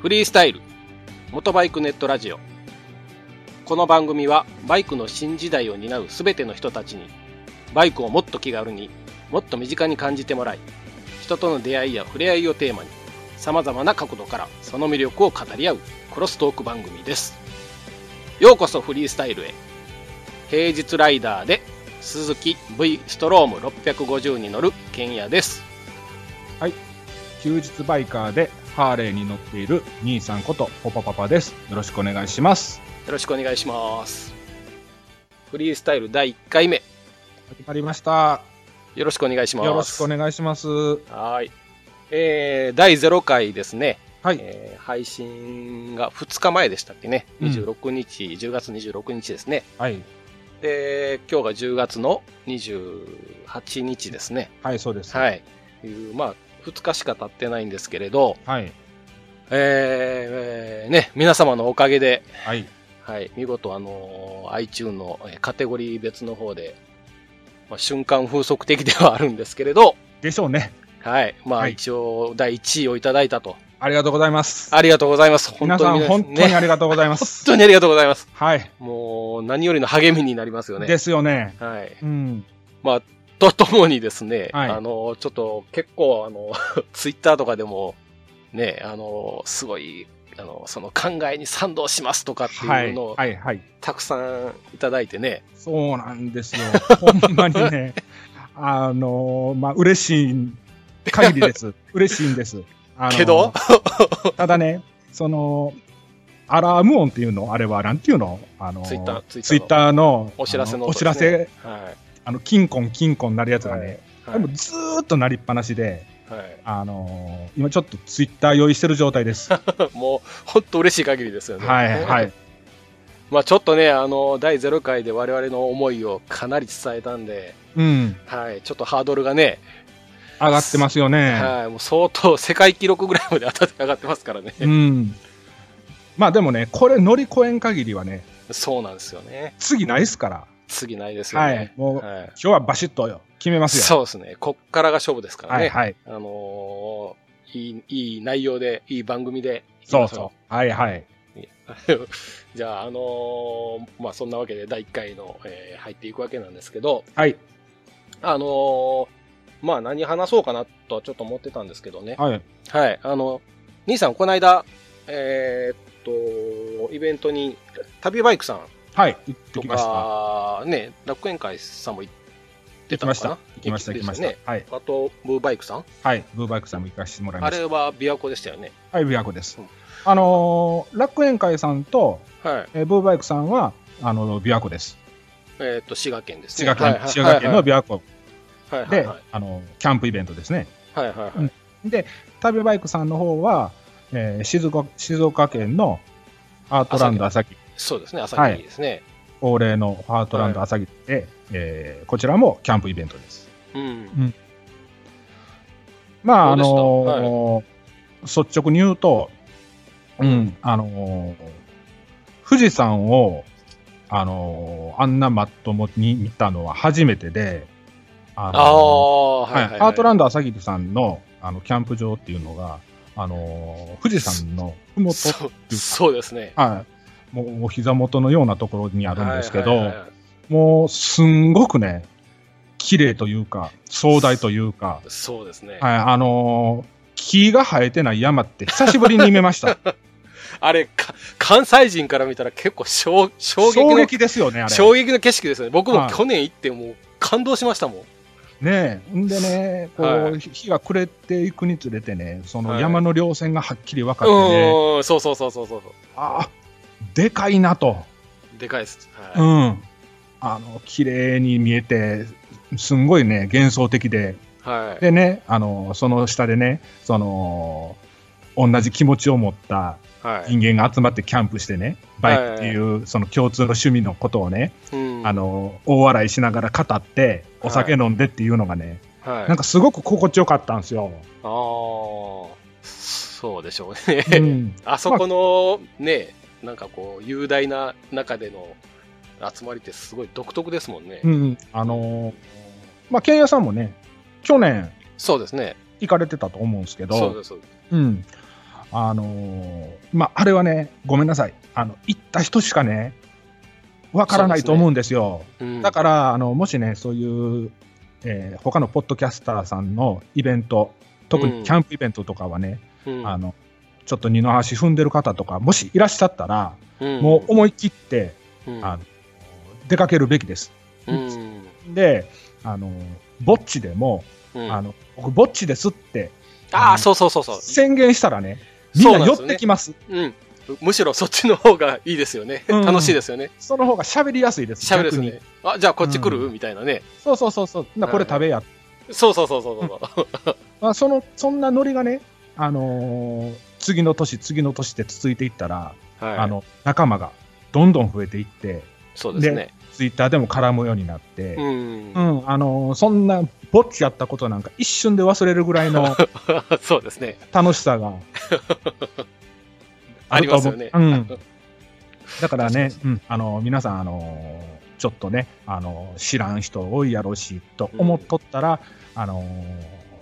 フリースタイル元バイクネットラジオこの番組はバイクの新時代を担う全ての人たちにバイクをもっと気軽にもっと身近に感じてもらい人との出会いや触れ合いをテーマにさまざまな角度からその魅力を語り合うクロストーク番組ですようこそフリースタイルへ平日ライダーで鈴木 V ストローム650に乗る剣也です休日バイカーでハーレーに乗っている兄さんことポパパパです。よろしくお願いします。よろしくお願いしますフリースタイル第1回目始まりました。よろしくお願いしますよろしくお願いします。はい。えー、第0回ですね、はい。えー配信が2日前でしたっけね。うん26日、10月26日ですね。はい。で、今日が10月の28日ですね。はい、そうです。はい。いう、まあ、2日しか経ってないんですけれど、はい。えーえーね、皆様のおかげで、はい。はい、見事、あのー iTune のえーカテゴリー別の方で、まあ、瞬間風速的ではあるんですけれど、でしょうね。はい。まあ、はい一応、第1位をいただいたと。ありがとうございます。ありがとうございます。本皆当さにん、ね、本当にありがとうござい ま本す。当にありがとうございます。はい。もう、何よりの励みになりますよね。ですよね。はい。うん。と ともにですね、はいあの、ちょっと結構、あの、 ツイッターとかでも、ね、あの、すごい、あの、その考えに賛同しますとかってはいうい。のを、はい。はい。たくさんいただいてね、そうなんですよ。 ほんまにね。あのーまあ、嬉しい限りです。嬉しいんです。あのーけど ただね、その、アラーム音っていうの、あれはなんていうのあのーツイッターツイッターのツイッタお知らせーののあお音知でらすねせ、はい。あの、キンコン、キンコンなるやつがね、はい。でもずーっと鳴りっぱなしで、はいあのー今ちょっとツイッター用意してる状 態です。はもう、本当嬉しい限りですよい、ね。は。い。まあ、ちょっとね、あの、第0回で我々の思いをかなり伝えたんで、うん。はい、ちょっとハードルがね、上がってますよね。はい、もう相当世界記録ぐらいまで当たって上がってますからね。うん。まあでもね、これ乗り越えん限りはね、そうなんですよね。次ないっすから。次ないですよはね。い。もう、今はい日はバシッと決めますよ。そうですね。こっからが勝負ですからはね。い、はい。あのーいい、いい内容で、いい番組でいきそうましそょう。はい、はい。う。じゃあ、あのーまあ、そんなわけで第1回の、えー入っていくわけなんですけど、はい。あのーまあ、何話そうかなとはちょっと思ってたんですけどね。はい。はい。あの、兄さん、この間、えーっと、イベントに、旅バイクさん、はい。行ってときました。か、ね、楽園会さんも行って行きたのましかたな。行きました。行きましたですよね。はい。あと、ブーバイクさんはい。ブーバイクさんも行かせてもらいあましれは琵琶湖でしたよね。た。はい。琵琶湖ですうん。あのー、楽園会さんと、はい。えーブーバイクさんは、あのー、琵琶湖です。えーっと、滋賀県です滋ね。賀県、滋賀県の琵琶湖はいはいではい、あのー、キャンプイベントですね。はいはいはい。うんで、旅バイクさんの方は、えー静岡、静岡県のアートランド朝日、そうですね、朝日ですね。恒例のアートランド朝日で、えーこちらもキャンプイベントです。うん。まあ、どうあのでした率直に言うと、うん、あのー富士山を、あのーあんなまともに見たのは初めてで、ああのあ、ーはいはいはい。アートランンド朝霧さんのあのキャンプ場っていうのが、あのー富士山のふもと、そうそうですね。はい、もうお膝元のようなところにあるんですけど、はいはいはいはいもうすんごくね、綺麗というか、壮大というか、そうですね。はい、あのー木が生えてない山って久しぶりに見ました。あれ、か関西人から見たら結構衝 衝撃衝の撃ですよね、あれ。衝撃の景色ですね。僕もはい去年行ってもう感動しましたもん。ねえんでね、こう、は日が暮れていくにつれてね、そはのい山の稜線がはっきり分かってね、うん、そうそうそうそうそう。ああ、でかいなと。でかいです。うはん。あの、綺麗に見えて、すんごいね、幻想的で。い。はい。でね、あの、その下でね、その、同じ気持ちを持ったはい。人間が集まってキャンプしてね、バイクっていう、その共通の趣味のことをね、うんあ、の、大笑いしながら語って、お酒飲んでっていうのがね、はい。なんかすごく心地よかったんですよ。あーそうでしょううね。ん、あそこの、ね、なんかこう、雄大な中での集まりってすごい独特ですもんね。うん、あのーまあ、ケンヤさんもね、去年そうですね。行かれてたと思うんですけそうど、です。そうですうん、あのーまあ、あれはね、ごめんなさい、あの行った人しかね、わからないと思うんですよ。うんだからあの、もしね、そういう、えー他のポッドキャスターさんのイベント、特うんにキャンプイベントとかはね、うんあのちょっと二の足踏んでる方とか、もしいらっしゃったら、うんもう思い切ってうんあの出かけるべきです。うんで、あのぼっちでも、うんあの僕、ぼっちですってああ、そうそうそうそう。宣言したらね、みんそうななんで寄すよっねてきます。うん。むしろそっちの方がいいですよね。うん楽しいですよね。その方が喋りやすいです。喋るです逆にね。あ、じゃあこっち来る、うんみたいなね。そうそうそうそう。なこれ食べや。そうそうそうそうそう。まあそのそんなノリがね、あのー次の年次の年って続いていったら、はい。あの仲間がどんどん増えていって、そうですね。ツイッターでも絡むようになって。ううんん。あのーそんなぼっちやったことなんか一瞬で忘れるぐらいの そうですね。楽しさが ありるとます思うよね。 うん、だからね、うん、あの皆さん、あのちょっとね、あの知らん人多いやろうしと思っとったら、あの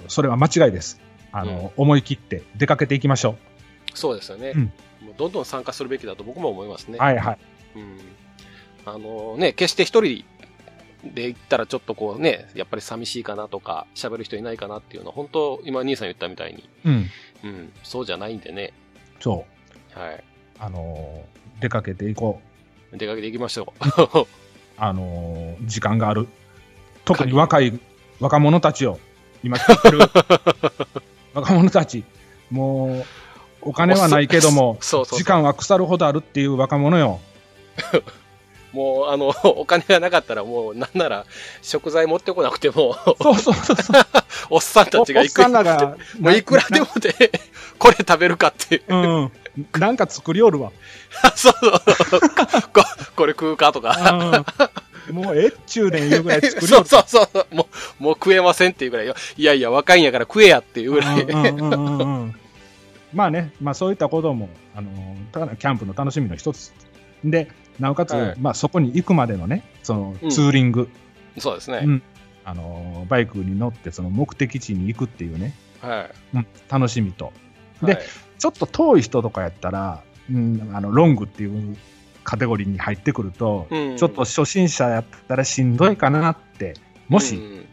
それは間違いです。あの思い切って出かけていきましょそうですよねうん。もうどんどん参加するべきだと僕も思いますねう。。はいはい。うんあのね、決して一人で行ったらちょっとこうね、やっぱり寂しいかなとか、喋る人いないかなっていうのは、本当、今、兄さん言ったみたいに、うん、うん、そうじゃないんでね、そう、はい、あの出かけていこう。出かけていきましょあの時間がある。特に若い若者たちを今聞い てる若者たち、もうおう。。金はないけども そうそう時間は腐るほどあるっていう若者よ。もう、あの、 お金がなかったら、もう、なんなら、食材持ってこなくても、そうそうそうそう。 おっさんたちが行く。おっさんらが、もういくらでもで、これ食べるかっていう。 うん。なんか作りおるわ。そうそう。ここれ食うかとか。うんもうえっちゅうねん言うぐらい作りそおうる。そうそう。もう、もう食えませんっていうぐらいよ。いやいや、若いんやから食えやっていうぐらい。うんうんうんうんうんまあね、まあそういったことも、あのーただキャンプの楽しみの一つ。で、なおかつ、はいまあそこに行くまでのね、そのうんツーリング、そうですね。うんあのーバイクに乗ってその目的地に行くっていうね、はうん楽しみと。い。ではい、ちょっと遠い人とかやったら、うん、あのロングっていうカテゴリーに入ってくると、うんちょっと初心者やったらしんどいかなって、もうしん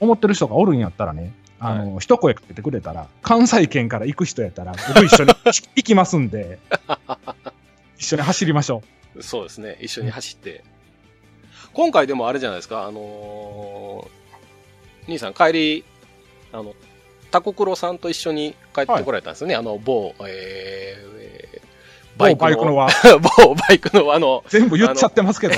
思ってる人がおるんやったらね、あの、一声かけてくれたら、関西圏から行く人やったら、僕一緒に行きますんで、一緒に走りましょそうですね。一緒に走って。今回でもあれじゃないですか、あのー兄さん帰り、あの、タコクロさんと一緒に帰ってこられたんですよね。あの、某、えーえーう。バイクのは 某バイクのあの、全部言っちゃってますけど、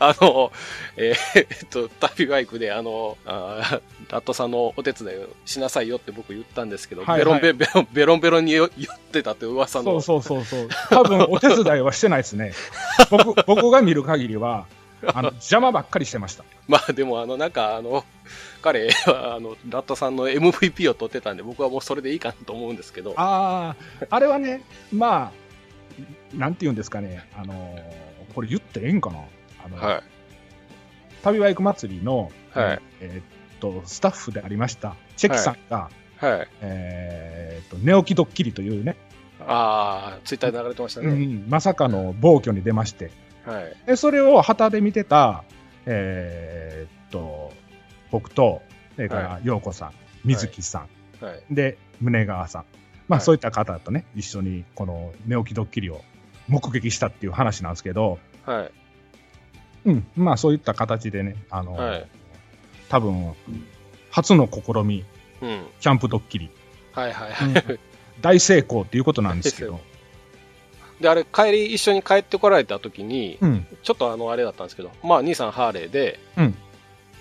あの、えーえっと、旅バイクで、あの、あーラットさんのお手伝いをしなさいよって僕言ったんですけど、はいベロンはベベロンベロンベロンに酔ってたって噂今そのう、そうそうそう。多分お手伝いはしてないですね。 僕、僕が見る限りは、あの 邪魔ばっかりしてました。まあでもあのなんかあの彼はあのラットさんの MVP を取ってたんで僕はもうそれでいいかなと思うんですけどああ、あれはね、まあ、なんて言うんですかね、あのーこれ言ってええんかな、あのは旅バイク祭りの、はいえーっとスタッフでありました、チェキさんが、いはいえーっと寝起きドッキリというね、ああツイッターで流れてましたうね、んまさかの暴挙に出まして、はいでそれを旗で見てた、えーっと僕と、それから陽子さん、水木さん、はいで、宗川さん。はまあ、いそういった方とね、一緒にこの寝起きドッキリを目撃したっていう話なんですけど、はいうん、まあ、そういった形でね、あの、はい多分、初の試み、うんキャンプドッキリ、はいはいはい、大成功っていうことなんです けど、であれ帰り一緒に帰ってこられた時にうん、ちょっとあのあれだったんですけどまあ兄さんハーレーで、うん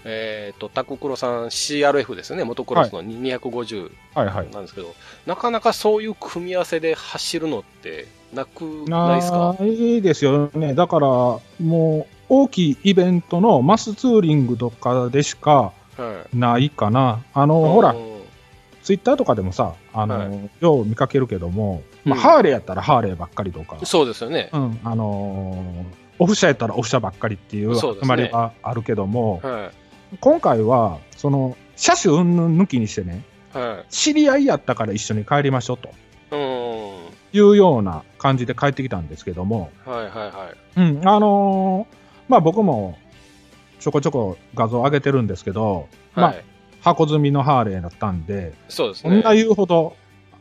えっ、とタコクロさん CRF ですねモトクロスの250はいはい。なんですけど、なかなかそういう組み合わせで走るのってなくないですあかーいいですよね。だから、もう、大きいイベントのマスツーリングとかでしかはないかな。あの、いほらう、んツイッターとかでもさ、あの、はよう見かけるけども、まあうんハーレーやったらハーレーばっかりとか、そうですよね。うん、あのーオフ車やったらオフ車ばっかりっていうそうですね集まりがあるけども、は今回は、その、車種云々抜きにしてね、い。は知り合いやったから一緒に帰りましょうと。い。うん。いうような感じで帰ってきたんですけども、はいはいはい。うん、あのーまあ僕もちょこちょこ画像上げてるんですけど、まあはい。箱積みのハーレーだったんで、そうですそね。んなはい言うほど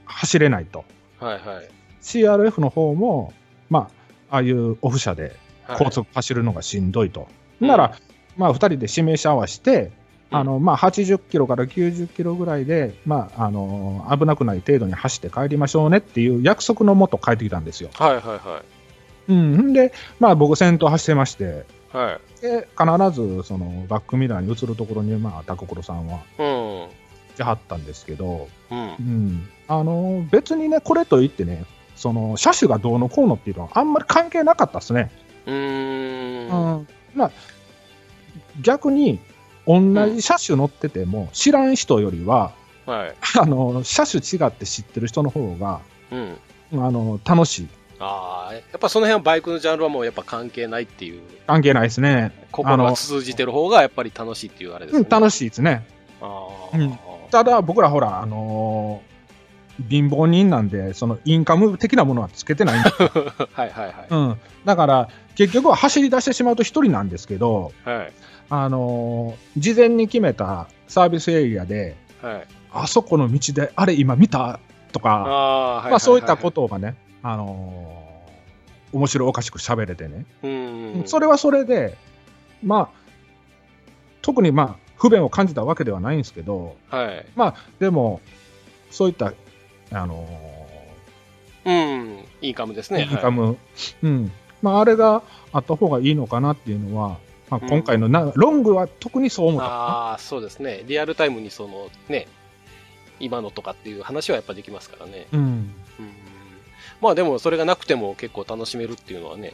走れないと。はい。はい。 CRF の方も、まあ、ああいうオフ車で高速走るのがしんどいと。なら、まあ、2人で指名車合わせて、うんあのまあ、80キロから90キロぐらいで、まああの危なくない程度に走って帰りましょうねっていう約束のもと帰ってきたんですよ。はいはいはうん、んで、まあ、僕、先頭走ってまして、い。はい。で必ずそのバックミラーに映るところに、まあ、タコクロさんはうん。来はったんですけど、うんう。んあの別にね、これといってね、その車種がどうのこうのっていうのは、あんまり関係なかったですね。うーん。うんまあ、逆に同じ車種乗ってても知らん人よりは、 はい。あの車種違って知ってる人の方がうん。あの楽しいああ、やっぱその辺はバイクのジャンルはもうやっぱ関係ないっていう、関係ないですね、心が通じてる方がやっぱり楽しいっていうあれですうね。ん、楽しいですねあうーんただ僕らほらあのー貧乏人なんでそのインカム的なものはつけてないん で、はいはいはうん、だから結局は走り出してしまうと一人なんですけど、い。はい。あのー事前に決めたサービスエリアではい。あそこの道であれ今見たとかああ、。まあ、そういったこととがね、あのー面白おかしく喋れてね、うん。それはそれで、まあ、特にまあ不便を感じたわけではないんですけど、はい。まあ、でも、そういった、あのうん。いいカムですーね。インカム、うんまあ、あれがあった方がいいのかなっていうのは、まあ、うん今回のな、ロングは特にそう思っはいた。ああ、そうですね。リアルタイムにそのね、今のとかっていう話はやっぱできますからね。うんうん。まあでもそれがなくても結構楽しめるっていうのはね、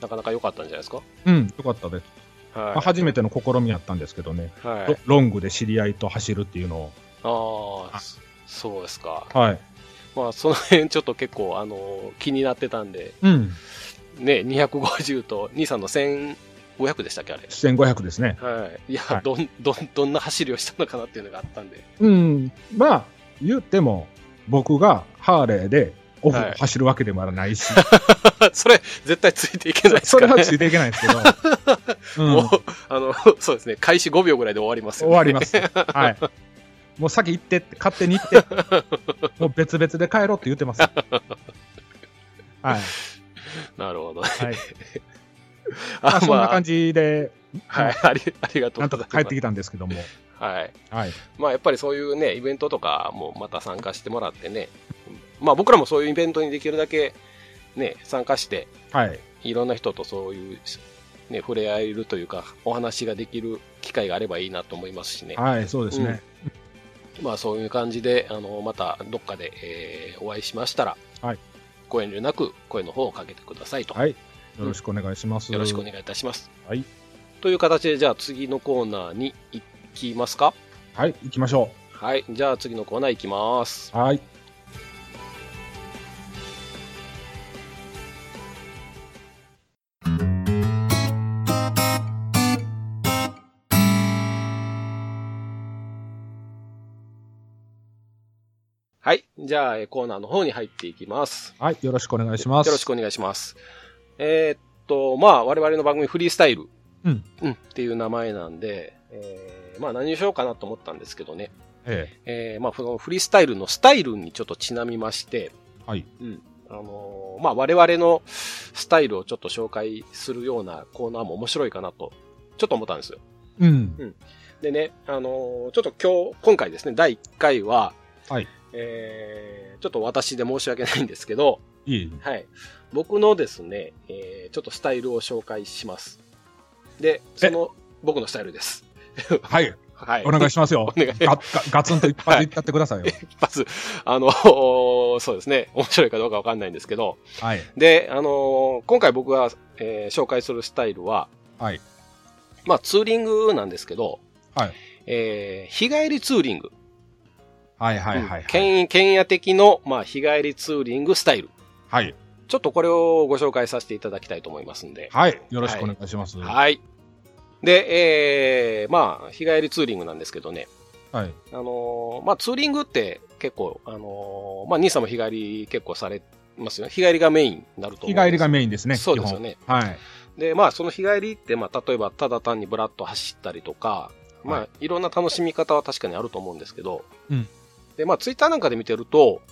なかなか良かったんじゃないですか。うん、よかったです、まあは初めての試みやったんですけどね、い。はロい。ロングで知り合いと走るっていうのを、あああ、そうですか。はいまあ、その辺ちょっと結構、あの、気になってたんで、うん、ね、250と兄さんの1500でしたっけ、あれ。 1500ですね。はい。いや、はいどん、どん、どんな走りをしたのかなっていうのがあったんで。 うん、まあ、言っても、僕がハーレーでオフをはい走るわけでもな いし、それ、絶対ついていけないですそかれらはね。ついていけないで すけど、うんもう、あの、 そうですね、開始5秒ぐらいで終わります終よ、ね。わ ります。はい。もう先行ってって、勝手に行って、もう別々で帰ろうって言って ます。はい。なるほど。はい、まああ、そんな感じ。じで、はい、あり、 ありがとうなんごとざいかます。帰ってきたんですけども、はい。はい。まあ、やっぱりそういうね、イベントとかもまた参加してもらってね、まあ、僕らもそういうイベントにできるだけ、ね、参加して、はい。いろんな人とそういう、ね、触れ合えるというか、お話ができる機会があればいいなと思いますしね。はい、そうですね。まあそういう感じで、あの、またどっかで、えーお会いしましたら、はいご遠慮なく声の方をかけてくださいと。はい。よろしくお願いします。よろしくおい願いいたします。はいという形で、じゃあ次のコーナーに行きますか。はい、行きましょはい。じゃあ次のコーナー行きます。う。はい。はい。じゃあえーコーナーの方に入っていきます。はい、よろしくお願いします。よろしくお願いします。えーっと、まあ、我々の番組フリースタイル、うんっていう名前なんで、えーまあ何にしようかなと思ったんですけどね、ええーまあそのフリースタイルのスタイルにちょっとちなみまして、えはい。うん。あのーまあ我々のスタイルをちょっと紹介するようなコーナーも面白いかなと、ちょっと思ったんですよ。うん。でね、あのーちょっと今日、今回ですね、第1回は、はいえーちょっと私で申し訳ないんですけど、いい。はい。僕のですね、えーちょっとスタイルを紹介します。で、その、僕のスタイルです。はい。はい。お願いしますよ 。お願いガガガツンと一発いったってくださいよ。一発、あの、 そうですね、面白いかどうかわかんないんですけど、はい。で、あのー今回僕が、えー紹介するスタイルは、はい。まあ、ツーリングなんですけど、はい。えー日帰りツーリング。はいはいはいうんはい。けんけんや的の、まあ、日帰りツーリングスタイル。はい。ちょっとこれをご紹介させていただきたいと思いますんで。はい。よろしくお願いします。ははい。で、えー、まあ、日帰りツーリングなんですけどね、い。あのーまあ、ツーリングって、結構、あのーまあ、兄さんも日帰り結構されますよね。日帰りがメインになると思う日んです帰りがメインですね、そうですよね基本。はい。で、まあ、その日帰りって、まあ、例えば、ただ単にブラッと走ったりとか、まあ、、はいろんな楽しみ方は確かにあると思うんですけど、うんで、まあ、ツイッターなんかで見てると、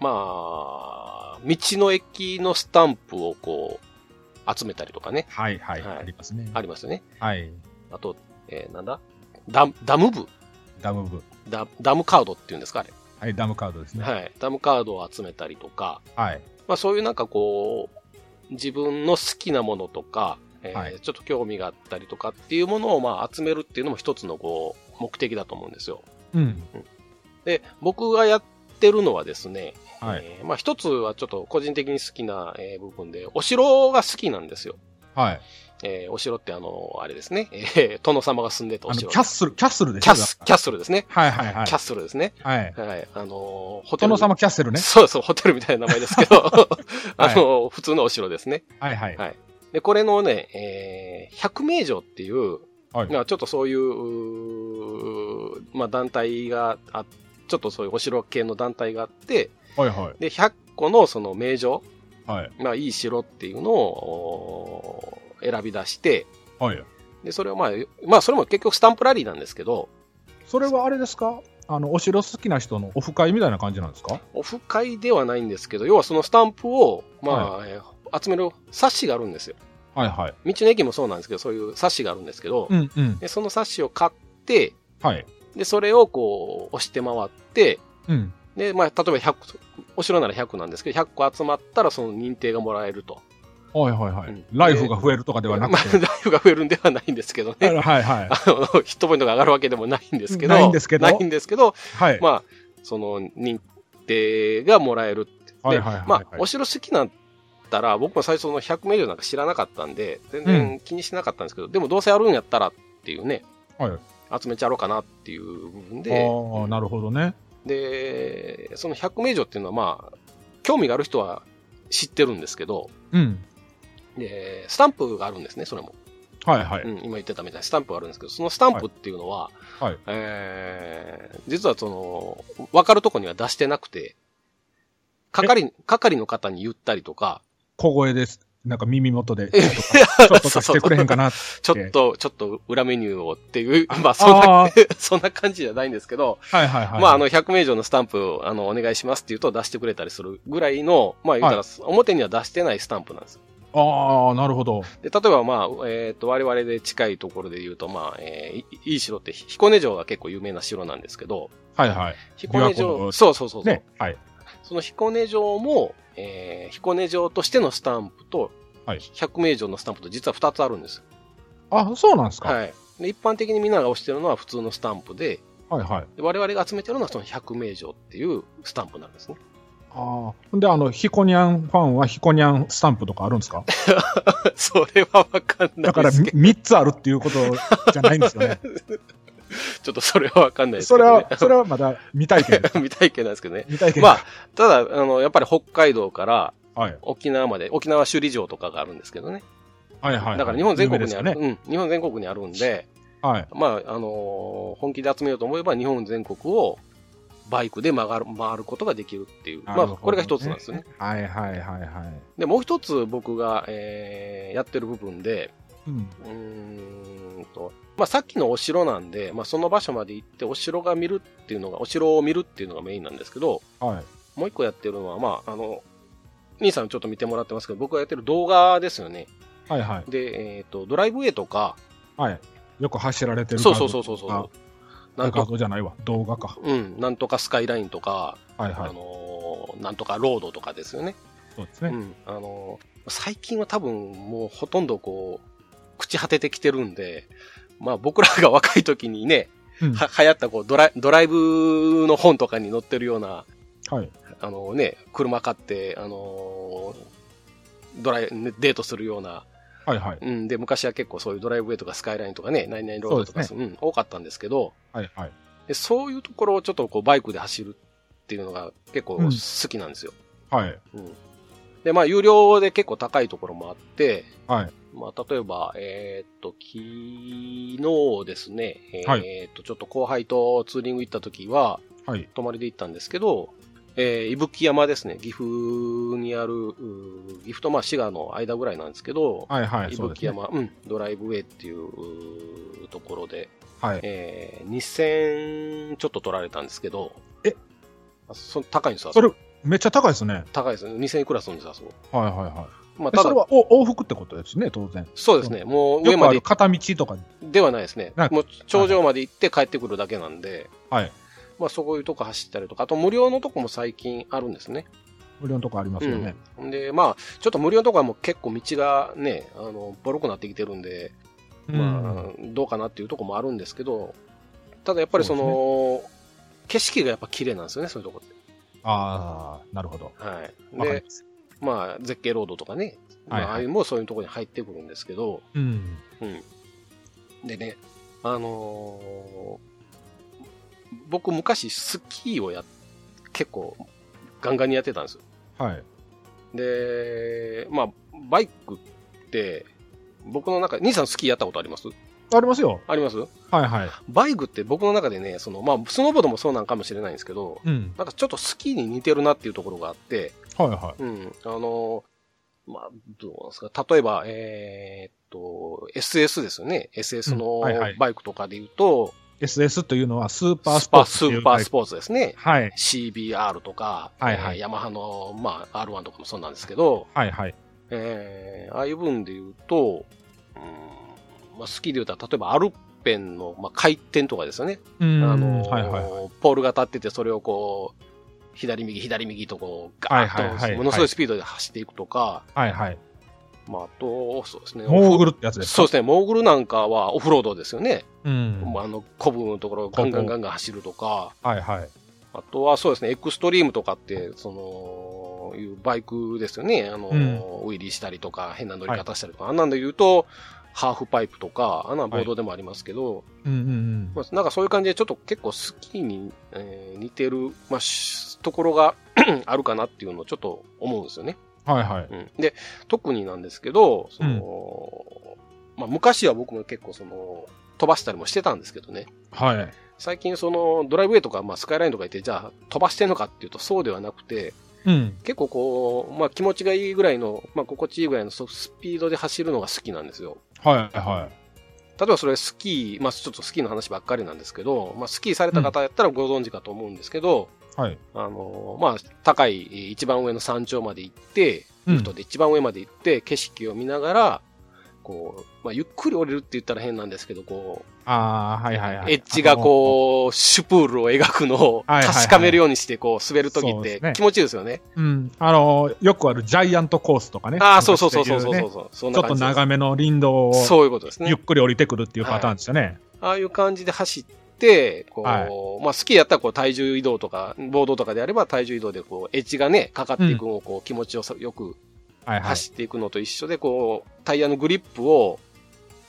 まあ、道の駅のスタンプをこう、集めたりとかね、はい、はい、はいありますね。ありますよね。はい。あと、えーなんだダムダム部ダム部。ダダムカードっていうんですか、あれ。はい、ダムカードですね。はい。ダムカードを集めたりとか、はい。まあ、そういうなんかこう、自分の好きなものとか、えーはいちょっと興味があったりとかっていうものをまあ集めるっていうのも一つのこう目的だと思うんですよ。うん。で、僕がやってるのはですね、はい。えーまあ一つはちょっと個人的に好きな、えー部分で、お城が好きなんですよ。はい。えーお城ってあの、あれですね、えー殿様が住んでたおあの、キ城。ャッスル、キャッスルでしキょャス、キャッスルですね。はいはいはいキャッ。スルですね。はい。はい。あのーホテル殿様キャッセルね。そうそう、ホテルみたいな名前ですけ ど、 あのー普通のお城ですね。はいはい。はいで、これのね、えー、百名城っていう、はいまあちょっとそういううー、まあ団体があ、ちょっとそういうお城系の団体があって、はいはい。で、100個のその名城、はい。まあいい城っていうのをおー選び出して、はい。で、それをまあ、まあそれも結局スタンプラリーなんですけど、それはあれですかあの、お城好きな人のオフ会みたいな感じなんですかオフ会ではないんですけど、要はそのスタンプを、まあ、えー集める冊子があるんですよ。はいはい。道の駅もそうなんですけど、そういう冊子があるんですけど、うんうん。でその冊子を買って、はい。で、それをこう、押して回って、うん。で、まあ、例えば100、お城なら100なんですけど、100個集まったらその認定がもらえると。はいはいはういん。ライフが増えるとかではなまあく、て。ライフが増えるんではないんですけどね。はいはい。あの、ヒットポイントが上がるわけでもないんですけど。ないんですけどないんですけどはい。まあ、その認定がもらえるって。はいはいはい。まあ、おはい城好きなんだったら、僕も最初の100名城なんか知らなかったんで、全然気にしなかったんですけど、でもどうせやるんやったらっていうね、はい集めちゃろうかなっていう部分あで、ーなるほどね。で、その百名城っていうのはまあ、興味がある人は知ってるんですけど、うん。で、スタンプがあるんですね、それも。はいはうい。ん、今言ってたみたいにスタンプがあるんですけど、そのスタンプっていうのは、はい。えー実はその、わかるとこには出してなくて、係、係の方に言ったりとか、小声です。なんか耳元で、ちえょっとかしてくれへん かなって。ちょっと、ちょっと裏メニューをっていう、まあそんな、 ああー、そんな感じじゃないんですけど、はいはいはい。まあ、あの、100名以上のスタンプを、あの、お願いしますって言うと出してくれたりするぐらいの、まあ、言うたら、表には出してないスタンプなんです。ああ、なるほど。で、例えば、まあ、えっ、と、我々で近いところで言うと、まあ、えーいいい城って、彦根城が結構有名な城なんですけど、はいはい。彦根琵琶湖城、のそうそうそうそう、ね。はい。その彦根城も、えー彦根城としてのスタンプと、はい百名城のスタンプと実は2つあるんです。あ、そうなんですか。はい。で、一般的にみんなが押してるのは普通のスタンプで、はいはい。で我々が集めてるのはその百名城っていうスタンプなんですね。 ああ。で、あの、ヒコニャンファンはヒコニャンスタンプとかあるん ですかそれはわかんないだからですけど、 3つあるっていうことじゃないんで すよね。ちょっとそれはわかんないですそけれど、ね。は、それはまだ未体 験。未体験なんですけどね。未体験。まあ、ただ、あの、やっぱり北海道からはい。沖縄まで、沖縄首里城とかがあるんですけどね。はいはいはい。だから日本全国にあ有る、名ですよね。うん、日本全国にあるんで、はい。まあ、あのー本気で集めようと思えば日本全国をバイクで曲がる、回ることができるっていう。まあ、これが一つなんですよね。。はいはいはいはい。で、もう一つ僕が、えーやってる部分で、うん。うーんと、まあ、さっきのお城なんで、まあ、その場所まで行ってお城が見るっていうのが、お城を見るっていうのがメインなんですけど、はい。もう一個やってるのは、まあ、あの、兄さんちょっと見てもらってますけど、僕がやってる動画ですよね。はいはい。で、えっ、と、ドライブウェイとか、はい。よく走られてる。そうそうそううそうそあう。なん画と、像じゃないわ。動画か。うん、なんとかスカイラインとか、はいはあい。のーなんとかロードとかですよね。そうですうね。ん、あのー最近は多分もうほとんどこう、朽ち果ててきてるんで、まあ僕らが若い時にね、うんは流行ったこうドライドライブの本とかに載ってるような、はい。あのね、車買って、あのードライ、ねデートするような、はいはい。うん、で、昔は結構そういうドライブウェイとかスカイラインとかね、ナインナインロードとか、そうん、多かったんですけど、はいはい。でそういうところをちょっとこうバイクで走るっていうのが結構うん好きなんですよ。はい。うん。で、まあ、有料で結構高いところもあって、はい。まあ、例えば、えーっと、昨日ですね、えーはっと、ちょっと後輩とツーリング行った時は、はい。泊まりで行ったんですけど、えー、伊吹山ですね、岐阜にある、うー岐阜とまあ滋賀の間ぐらいなんですけど、はいはい、伊そうです吹ね。山、うん、ドライブウェイっていううーところで、はい。えー、2000ちょっと取られたんですけど、えあそ高いんですよ、それ、めっちゃ高いですね。高いですね、2000いくらするんですよ、あそこ。はいはいはい。まあ、えたそれだ、はお往復ってことですね、当然。そうですね、もう上よくまあでる片道とかに。ではないですねな、んかもう頂上まで行って帰ってくるだけなんで、はい。まあ、そういうとこ走ったりとか、あと無料のとこも最近あるんですね。無料のとこありますよね。うん、で、まあ、ちょっと無料のとこはもう結構道がね、あのボロくなってきてるんで、まあ、どうかなっていうとこもあるんですけど、ただやっぱりその、景色がやっぱ綺麗なんですよね、そういうとこって。ああ、なるほど。はい、わかりでま、す。まあ、絶景ロードとかね、はいまあ、ああいうのもそういうとこに入ってくるんですけど、うん。でね、あのー僕昔スキーをやっ結構ガンガンにやってたんですよ。はい。で、まあ、バイクって、僕の中、兄さんスキーやったことありますありますよ。ありますはいはい。バイクって僕の中でね、その、まあ、スノーボードもそうなんかもしれないんですけど、うん。なんかちょっとスキーに似てるなっていうところがあって、はいはうん、あのーまあ、どうなんですか、例えば、えーっと、SS ですよね。SS うのんはいはいバイクとかで言うと、い。SS というのはスーパーススポパーツスっていーうパターイスプ。ポーツですね。はい。 CBR とか、はいはいえーヤマハの、まあ、R1 とかもそうなんですけど、はいはい。えーああいう分で言うと、うーんまあ、スキーで言うと、例えばアルペンの、まあ、回転とかですよね。うん。あのーはいはい。ポールが立ってて、それをこう、左右、左右とこう、はガいはいーはッいと、ものすごいスピードで走っていくとか、はいはい。まあ、あと、そうですね。モーグルルってやつですかそうですね。モーグルなんかはオフロードですよね。うん。まあ、あの、コブのところをガンガンガンガン走るとか、はいはい。あとはそうですね、エクストリームとかって、その、いうバイクですよね。あの、うんウィリーしたりとか、変な乗り方したりとか、あんなんで言うと、ハーフパイプとか、あんなんボードでもありますけど、うんうんまあ、なんかそういう感じで、ちょっと結構スキーに、えー似てる、まあ、しところが あるかなっていうのをちょっと思うんですよね。うん。はいはい。うん、で、特になんですけど、その、まあ、昔は僕も結構その、飛ばしたりもしてたんですけどね。はい。最近そのドライブウェイとか、まあ、スカイラインとかいて、じゃあ飛ばしてんのかっていうとそうではなくて、うん。結構こう、まあ気持ちがいいぐらいの、まあ心地いいぐらいのそうスピードで走るのが好きなんですよ。はいは例えばそれスキー、まあちょっとスキーの話ばっかりなんですけど、まあスキーされた方やったらご存知かと思うんですけど、い。はい。あの、まあ高いえー一番上の山頂まで行って、うんリフトで一番上まで行って景色を見ながら、こう、まあゆっくり降りるって言ったら変なんですけど、こう、ああ、はいはいはい。エッジがこう、シュプールを描くのをはいはいはい確かめるようにして、こう、滑るときそっうでてすね気持ちいいですよね。う。うん。あの、よくあるジャイアントコースとかね。ああ、そうそうそうそうそうそ昔でいうねそう。そんちょなっと感じです長めの林道をそういうことですゆっね。くり降りてくるっていうパターンですよね。ああいう感じで走って、こう、はまあ、スキーやったらこう体重移動とか、ボードとかであれば体重移動でこう、エッジがね、かかっていくのをこう、気持ちよさよくはいはい。走っていくのと一緒で、こう、タイヤのグリップを、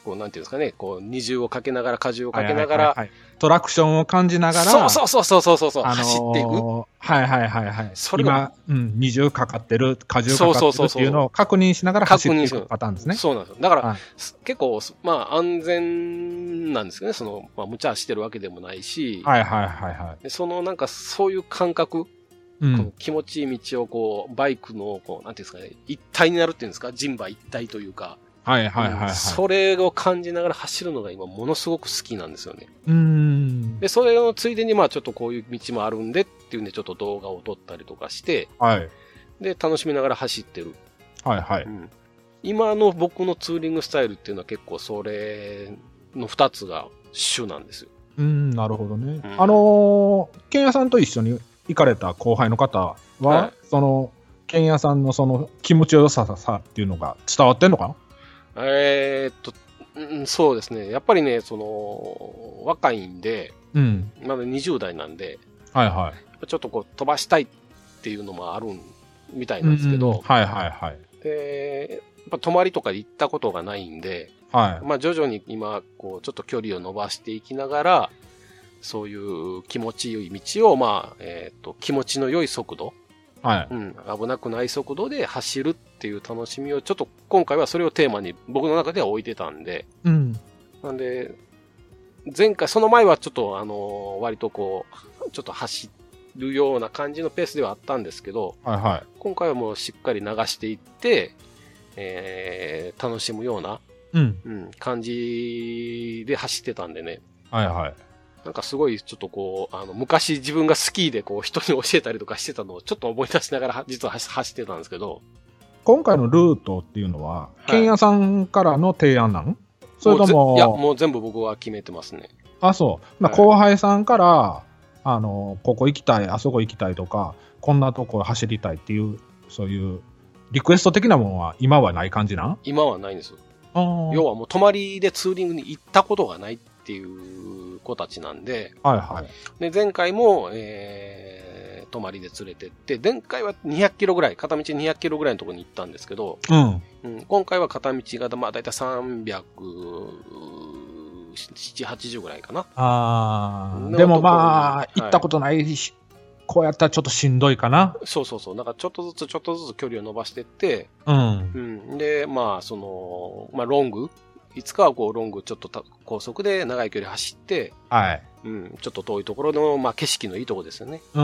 こう、なんていうんですかね、こう、二重をかけながら、荷重をかけながはら、いはいはいはいトラクションを感じながら、そうそうそうそうそうそう、あのー走っていく。はいはいはいはい。それが今、うん、二重かかってる、荷重かかそうってそるうっそてういうのを確認しながら走ってい確認すくるパターンですね。そうなんですよ。だから、はいす結構、すまあ、安全なんですよね。その、まあ、無茶してるわけでもないし、はいはいはいはい。でその、なんか、そういう感覚、うこのん。気持ちいい道を、こう、バイクの、こう、なんていうんですかね、一体になるっていうんですか、人馬一体というか、はいはいはいはうんい。それを感じながら走るのが今、ものすごく好きなんですよね。うーん。で、それのついでに、まあ、ちょっとこういう道もあるんでっていうんで、ちょっと動画を撮ったりとかして、はい。で、楽しみながら走ってる。はいはい。うん今の僕のツーリングスタイルっていうのは結構それの2つが主なんですよ。うん、なるほどね。うんあのー、ケンヤさんと一緒に行かれた後輩の方は、はいその、ケンヤさんのその気持ちよささっていうのが伝わってんのかなえーっと、うんそうですね。やっぱりね、その、若いんで、うん。まだ20代なんで、はいはい。ちょっとこう飛ばしたいっていうのもあるみたいなんですけうんど、はいはいはい。で、やっぱ泊まりとかで行ったことがないんで、はい。まあ徐々に今、こう、ちょっと距離を伸ばしていきながら、そういう気持ちよい道を、まあ、えーっと、気持ちの良い速度、はい。うん、危なくない速度で走るっていう楽しみを、ちょっと今回はそれをテーマに僕の中では置いてたんで、うん。なんで、前回、その前はちょっと、あの、割とこう、ちょっと走るような感じのペースではあったんですけど、はいはい。今回はもうしっかり流していって、えー楽しむような、うん。うん、感じで走ってたんでね、はいはい。なんかすごいちょっとこう、あの、昔自分がスキーでこう人に教えたりとかしてたのをちょっと思い出しながらは実は走走ってたんですけど、今回のルートっていうのは、い剣屋さんからの提案なんそれもうとぜも、いや、もう全部僕は決めてますね。あ、そう。なはい後輩さんから、あの、ここ行きたい、あそこ行きたいとか、こんなとこ走りたいっていう、そういう、リクエスト的なものは今はない感じなん今はないんですよ。あー要はもう泊まりでツーリングに行ったことがないっていう子たちなんで、はいはい。で、前回も、えー、泊まりで連れてって、前回は200キロぐらい、片道200キロぐらいのところに行ったんですけど、うん。うん、今回は片道が、まあ、だいたい370、80ぐらいかな。あそんあ、なでもところにまあ、い行ったことないし、こうやったらちょっとしんどいかな。そうそうそう。なんかちょっとずつちょっとずつ距離を伸ばしてって、うん。うん。で、まあ、その、まあ、ロング。いつかはこう、ロングちょっとた高速で長い距離走って、はい。うん、ちょっと遠いところの、まあ、景色のいいところですよね。う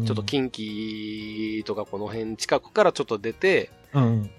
ん。ちょっと近畿とかこの辺近くからちょっと出て、うん。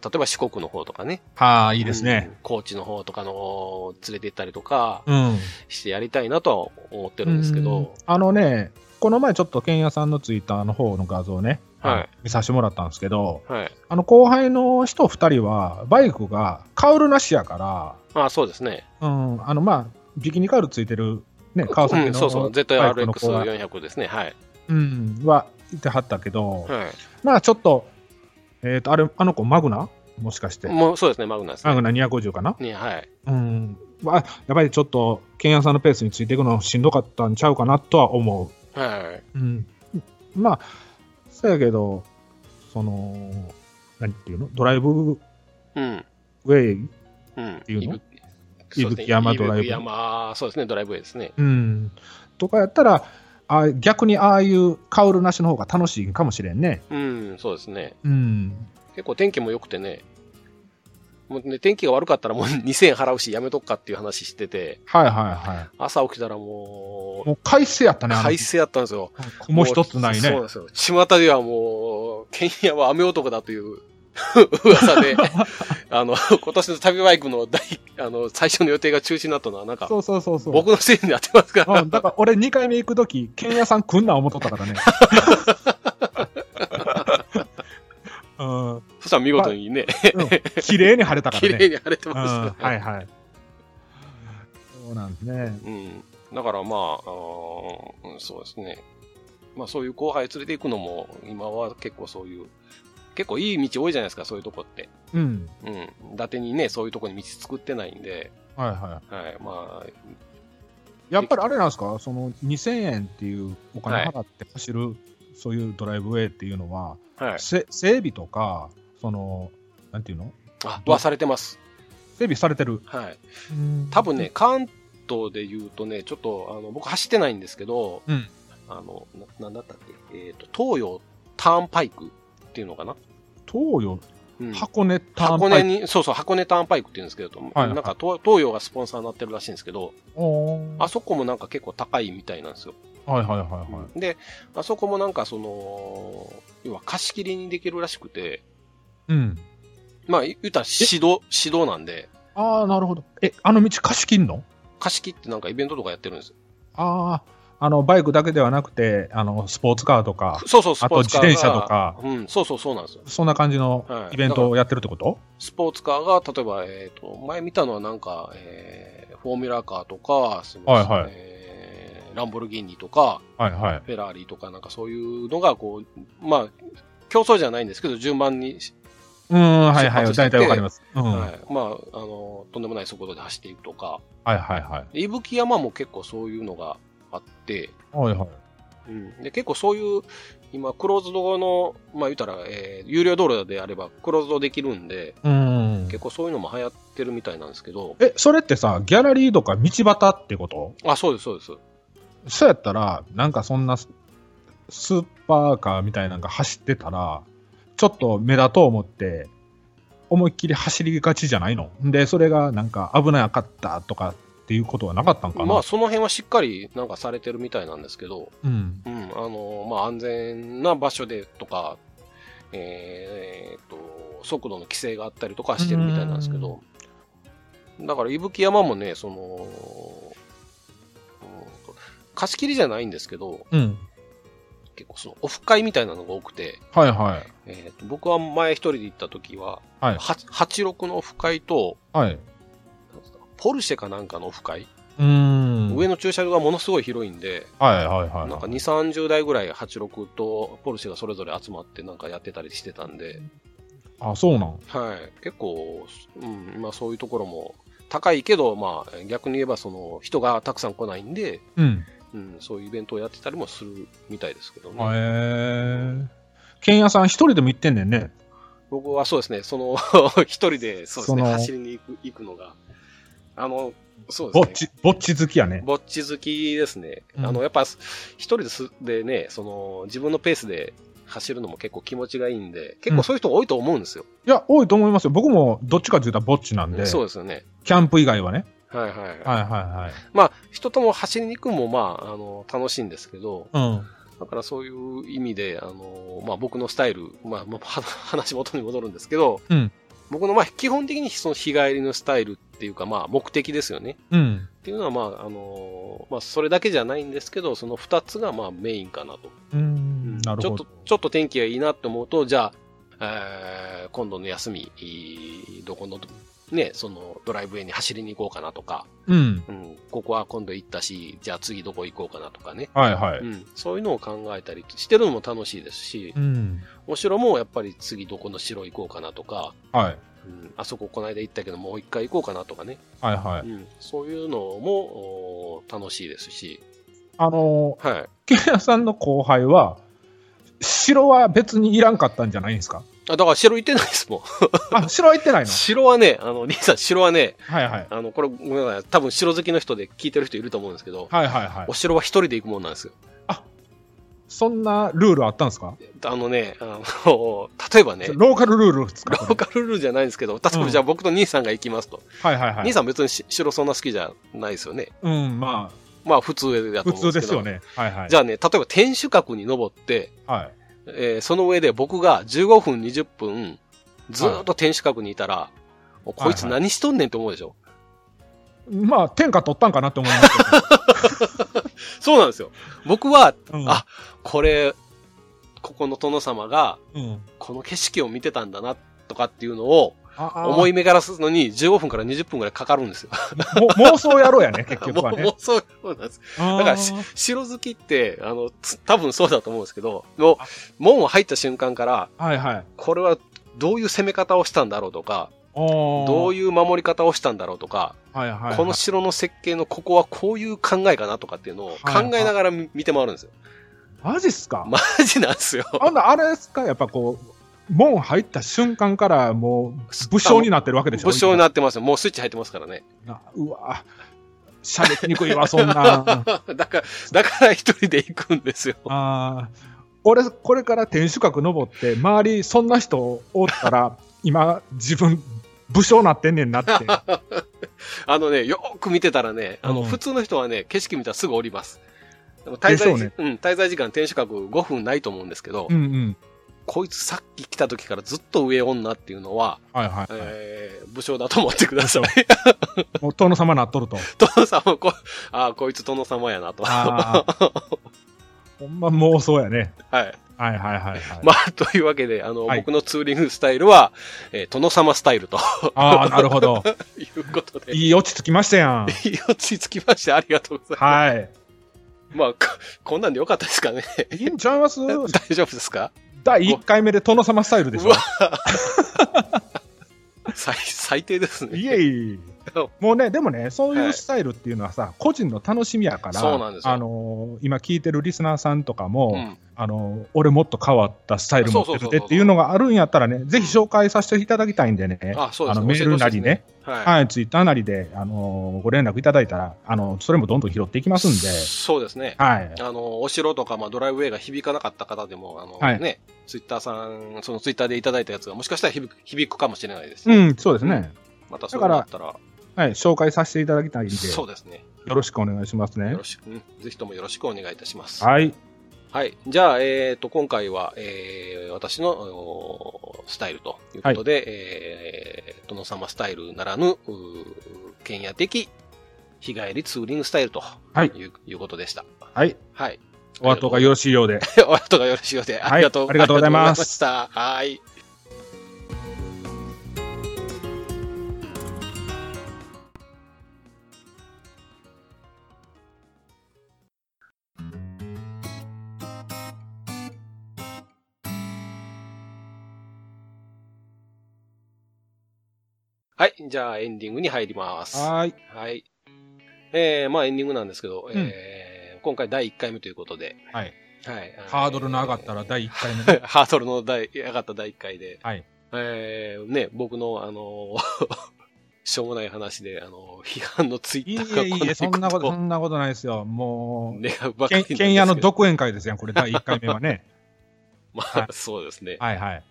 例えば四国の方とかね。はあ、いいですねう。ん。高知の方とかの連れて行ったりとかうん。してやりたいなとは思ってるんですけうんど、あのね、この前ちょっと剣屋さんのツイッターの方の画像ね、はい見させてもらったんですけど、はい。あの後輩の人2人は、バイクがカウルなしやかまあ、そうですね。ら、うん、あのまあ、ビキニカウルついてる、ね、川崎の、うん、そうそう。バイクの子は ZRX400 ですね。はい。うん、は、いてはったけど、はい。まあちょっと、えっ、と、あれ、あの子、マグナもしかして、もうそうですね、マグナですマね。グナ250かなね、はい。うん。はやっぱりちょっと、剣屋さんのペースについていくのしんどかったんちゃうかなとは思う。はい。うん、まあ、そうやけど、その、何ていうのドライブうん。ウェイ、うん。ていうのぶそうですね伊吹山ドライブ伊吹山、そうですね、ドライブウェイですね。うん、とかやったら、あ逆にああいうカウルなしの方が楽しいかもしれんね。うん、そうですね。うん。結構天気も良くてね、もうね、天気が悪かったらもう 2000円払うし、やめとくかっていう話してて、はいはいは朝起きたらい。ももう快晴やったう、ね、あの快日。晴やったんですよ。もう一つないそうなねん。ですよ。巷ではもう、ケンヤは雨男だという 噂 で、あの、今年の旅バイクの第、あの、最初の予定が中止になったのは、なんか、そうそうそうそう。僕のせいになってますから。うん、だから俺2回目行くとき、剣屋さん来んな思っとっ たからね。うん、そしたら見事にね、綺麗に晴れたから 綺ね。麗に晴れてうんましたはね。いはい。そうなんですね。うん。だからまあ、あーうんそうですね。まあそういう後輩連れて行くのも、今は結構そういう、結構いい道多いじゃないですか、そういうとこって。うん。うん。伊達にね、そういうとこに道作ってないんで、はいははい。まあ、い。やっぱりあれなんですか、その2000円っていうお金払って走る、そういうドライブウェイっていうのは、はい。せ整備とか、その、なんていうのあ、はされてます。整備されてる。はい。多分ね、、関東で言うとね、ちょっと、あの、僕走ってないんですけど、うんあの、な、なんだったっけ、えっ、と、東洋ターンパイクっていうのかな。東洋、うん。箱根ターン箱パ根イク。に、そうそう、箱根ターンパイクって言うんですけど、はいなんか東東洋がスポンサーになってるらしいんですけど、おーあそこもなんか結構高いみたいなんですよ。はいはいはいはい。で、あそこもなんかその、要は貸し切りにできるらしくて、うん。まあ言うたら指導、指導なんで、ああ、なるほど。え、あの道貸し切んの貸し切ってなんかイベントとかやってるんですよ。ああ、あの、バイクだけではなくて、あの、スポーツカーとか、そうそう、スあポとーツ自カーが。転車と。か、うん、そうそうそうなんですよ。そんな感じのはいイベントをやってるってこと、スポーツカーが、例えば、えっ、と、前見たのはなんか、えー、フォーミュラーカーとか、そのはいはいえーランボルギーニとか、はい、はいはいフェラーリとかなんかそういうのがこう、まあ、競争じゃないんですけど、順番に、うーん、はいは出発い。して大体わかります。うん。ははいい、まあ、あの、とんでもない速度で走っていくとか、はいはい。で伊吹山も結構そういうのがあって、はいはい。うん、で結構そういう、今、クローズドの、まあ言うたら、えー有料道路であればクローズドできるんで、うー結ん。構そういうのも流行ってるみたいなんですけど、え、それってさ、ギャラリーとか道端ってことあ、そうです、そうです。そうやったら、なんかそんなススーパーカーみたいなのが走ってたら、ちょっと目立とう思って、思いっきり走りがちじゃないので、それがなんか危なかったとかっていうことはなかったんかな。まあ、その辺はしっかりなんかされてるみたいなんですけど、うん。うん、あの、まあ、安全な場所でとか、えーえーっと、速度の規制があったりとかはしてるみたいなんですけど、だから、伊吹山もね、その、うんと貸し切りじゃないんですけど、うん。結構そのオフ会みたいなのが多くて、はいはい。えーっと僕は前一人で行った時は、はいは86のオフ会と、はい。なんつうのポルシェかなんかのオフ会、うーん。上の。の駐車場がものすごい広いんで、はいはいはい。なんか2、30台ぐらい86とポルシェがそれぞれ集まってなんかやってたりしてたんで、あ、そうなん。はい、結構、うん、まあそういうところも高いけど、まあ逆に言えばその人がたくさん来ないんで、うん。うん、そういうイベントをやってたりもするみたいですけどね。へえ。けんやさん一人でも行ってんねんね。僕はそうですね、その 一人でそうですそね、の走りに行く行くのが、あの、そうぼっですね。ち、ぼっち好きやね。ぼっち好きですね。うんあの、やっぱ、す一人ですでね、その、自分のペースで走るのも結構気持ちがいいんで、結構そういう人多いと思うんですよ。いや、多いと思いますよ。僕もどっちかって言ったらぼっちなんで、そうですよね。キャンプ以外はね。はいはい、はい。はいはまあ、人とも走りに行くのも、まあ、あの、楽しいんですけど、いはい。うん。だからそういう意味で、あの、まあ僕のスタイル、まあ、まあ、は 話元に戻るんですけど、うん僕の、まあ、基本的にその日帰りのスタイルっていうか、まあ、目的ですよね。うん。っていうのは、まあ、あの、まあ、それだけじゃないんですけど、その二つが、まあ、メインかなと。うーん。なるほど。ちょっと、ちょっと天気がいいなと思うと、じゃあ、えー今度の休み、いいどこの、ね、そのドライブウェイに走りに行こうかなとか、うん。うん、ここは今度行ったし、じゃあ次どこ行こうかなとかね、。はいはいうん、そういうのを考えたりしてるのも楽しいですしう、ん。お城もやっぱり次どこの城行こうかなとか、はい。うん、あそここの間行ったけどもう一回行こうかなとかね、はいはうい。ん、そういうのもお楽しいですし、あのー、はい。ケンヤさんの後輩は、城は別にいらんかったんじゃないんですかあだから城行ってないですもん。あ、城は行っ てないの城はね、あの、兄さん、城はね、はいはい。あの、これ、ごめんなさい。多分、城好きの人で聞いてる人いると思うんですけど、はいはいはいお。城は一人で行くもんなんですよ。そんなルールあったんですか、あのね、あの、 例えばね、ロローカルルールですかこーカルルールじゃないんですけど、例えばじゃあ僕と兄さんが行きますと。れはいはいはい。兄さん別にし城そんな好きじゃないですよね。うん、ままあ、普通あ、だと普思うん通でですけど。すよ。ね。はいはい。じゃゃあね、例えば天守閣に登って、はい。えーその上で僕が15分、20分、ずーっと天守閣にいたら、もうこいつはいは何しとんねんって思うでしょ。まあ、天下取ったんかなって思いますそうなんですよ。僕は、けど。うんあ、これ、ここの殿様が、うん。この景色を見てたんだなとかっていうのをああ思い巡らすのに15分から20分ぐらいかかるんですよ。も 妄想やろう やね、結も局はうね。もうそうそうなんです。だだからし城好きって、あの、つ多分そうだと思うんですけど、もう門を入った瞬間から、はいはい。これはどういう攻め方をしたんだろうとか、どどういう守り方をしたんだろうとか、はいはいはい、この城の設計のここはこういう考えかなとかっていうのを考えながら見見て回るんですよ。マジっすか、マジなんですよ。あんなあれっすかやっぱこう、門入った瞬間からもう 武将になってるわけでしょ武将になってますよ。もうスイッチ入ってますからね。なうわしゃべりにくいわ、そ んだな。から、だから一人で行くんですよ。あー俺、これから天守閣登って、周り、そんな人おった ら、今、自分、武将なってんねんなって。あのね、よーく見てたらね、あの、うん普通の人はね、景色見たらすぐ降ります。でも滞でし在ょう時、ねうん、滞在時間天守閣5分ないと思うんですけど、うんうん。こいつさっき来た時からずっと上女っていうのは、はいはい、はいえー、武将だと思ってください。もう殿様なっとると。 殿様、こ、あーこいつ殿様やなと。はああ。 ほんま妄想やね。い。はいはいはい、はい。まあ、と いうわけで、あの、はい僕のツーリングスタイルは、えー殿様スタイルと ああ、なるほど。いうこと で、いい落ち着きましたやん。落ち着きましてありがとうございま はす。まあ、ここんなんでよかったですかね。い。いいんちゃいます大丈夫ですか第1回目で殿様スタイルでしうょわ。最最低ですね。いえいえ。もうね、でもね、そういはいうスタイルっていうのはさ、個人の楽しみやから、そうなんですよあのー今聞いてるリスナーさんとかも、うんあのー俺もっと変わったスタイル持ってそうそうそうるでそうっていうのがあるんやったらね、ぜひ紹介させていただきたいんでね、あ、そうであすのメールなりね、。教えてほしいですはい。はい、ツイッターなりで、あのーご連絡いただいたら、あのそれもどんどん拾っていきますんで、そうですね。はい、あの、お城とか、まあ、ドライブウェイが響かなかった方でも、あの、はいね、ツイッターさん、そのツイッターでいただいたやつが、もしかしたら響く響くかもしれないです。うん、そうですね。またそうなったら、はい、紹介させていただきたいんで、そうよですね。ろしくお願いしますねよろ。しく、うんぜひともよろしくお願いいたします。はい。はい。じゃあ、えっ、と、今回は、えー私のおースタイルということで、えー殿様スタイルならぬ、うー剣屋的日帰りツーリングスタイルとはいいう,、ことでした。はい。はい。お後がよろしいよ うで。お後がよろしいようで、はいありがとうありがとうございますありがとうございました。はい。はい。じゃあ、エンディングに入ります。はい。はい。えー、まあエンディングなんですけど、んえー今回第1回目ということで、はい。はい。あのハードルの上がったら第1回目で。 ハードルの第上がった第1回で、はい。えー、ね、僕の、あのー しょうもない話で、あのー批判のツイいッいタえーが来いないいえ、そんなこと、をそんなことないですよ。も願うばう、かりなんでけんすけどけんやの独演会ですやん、これ、第1回目 はね。まはあい、そうですね。はいはい。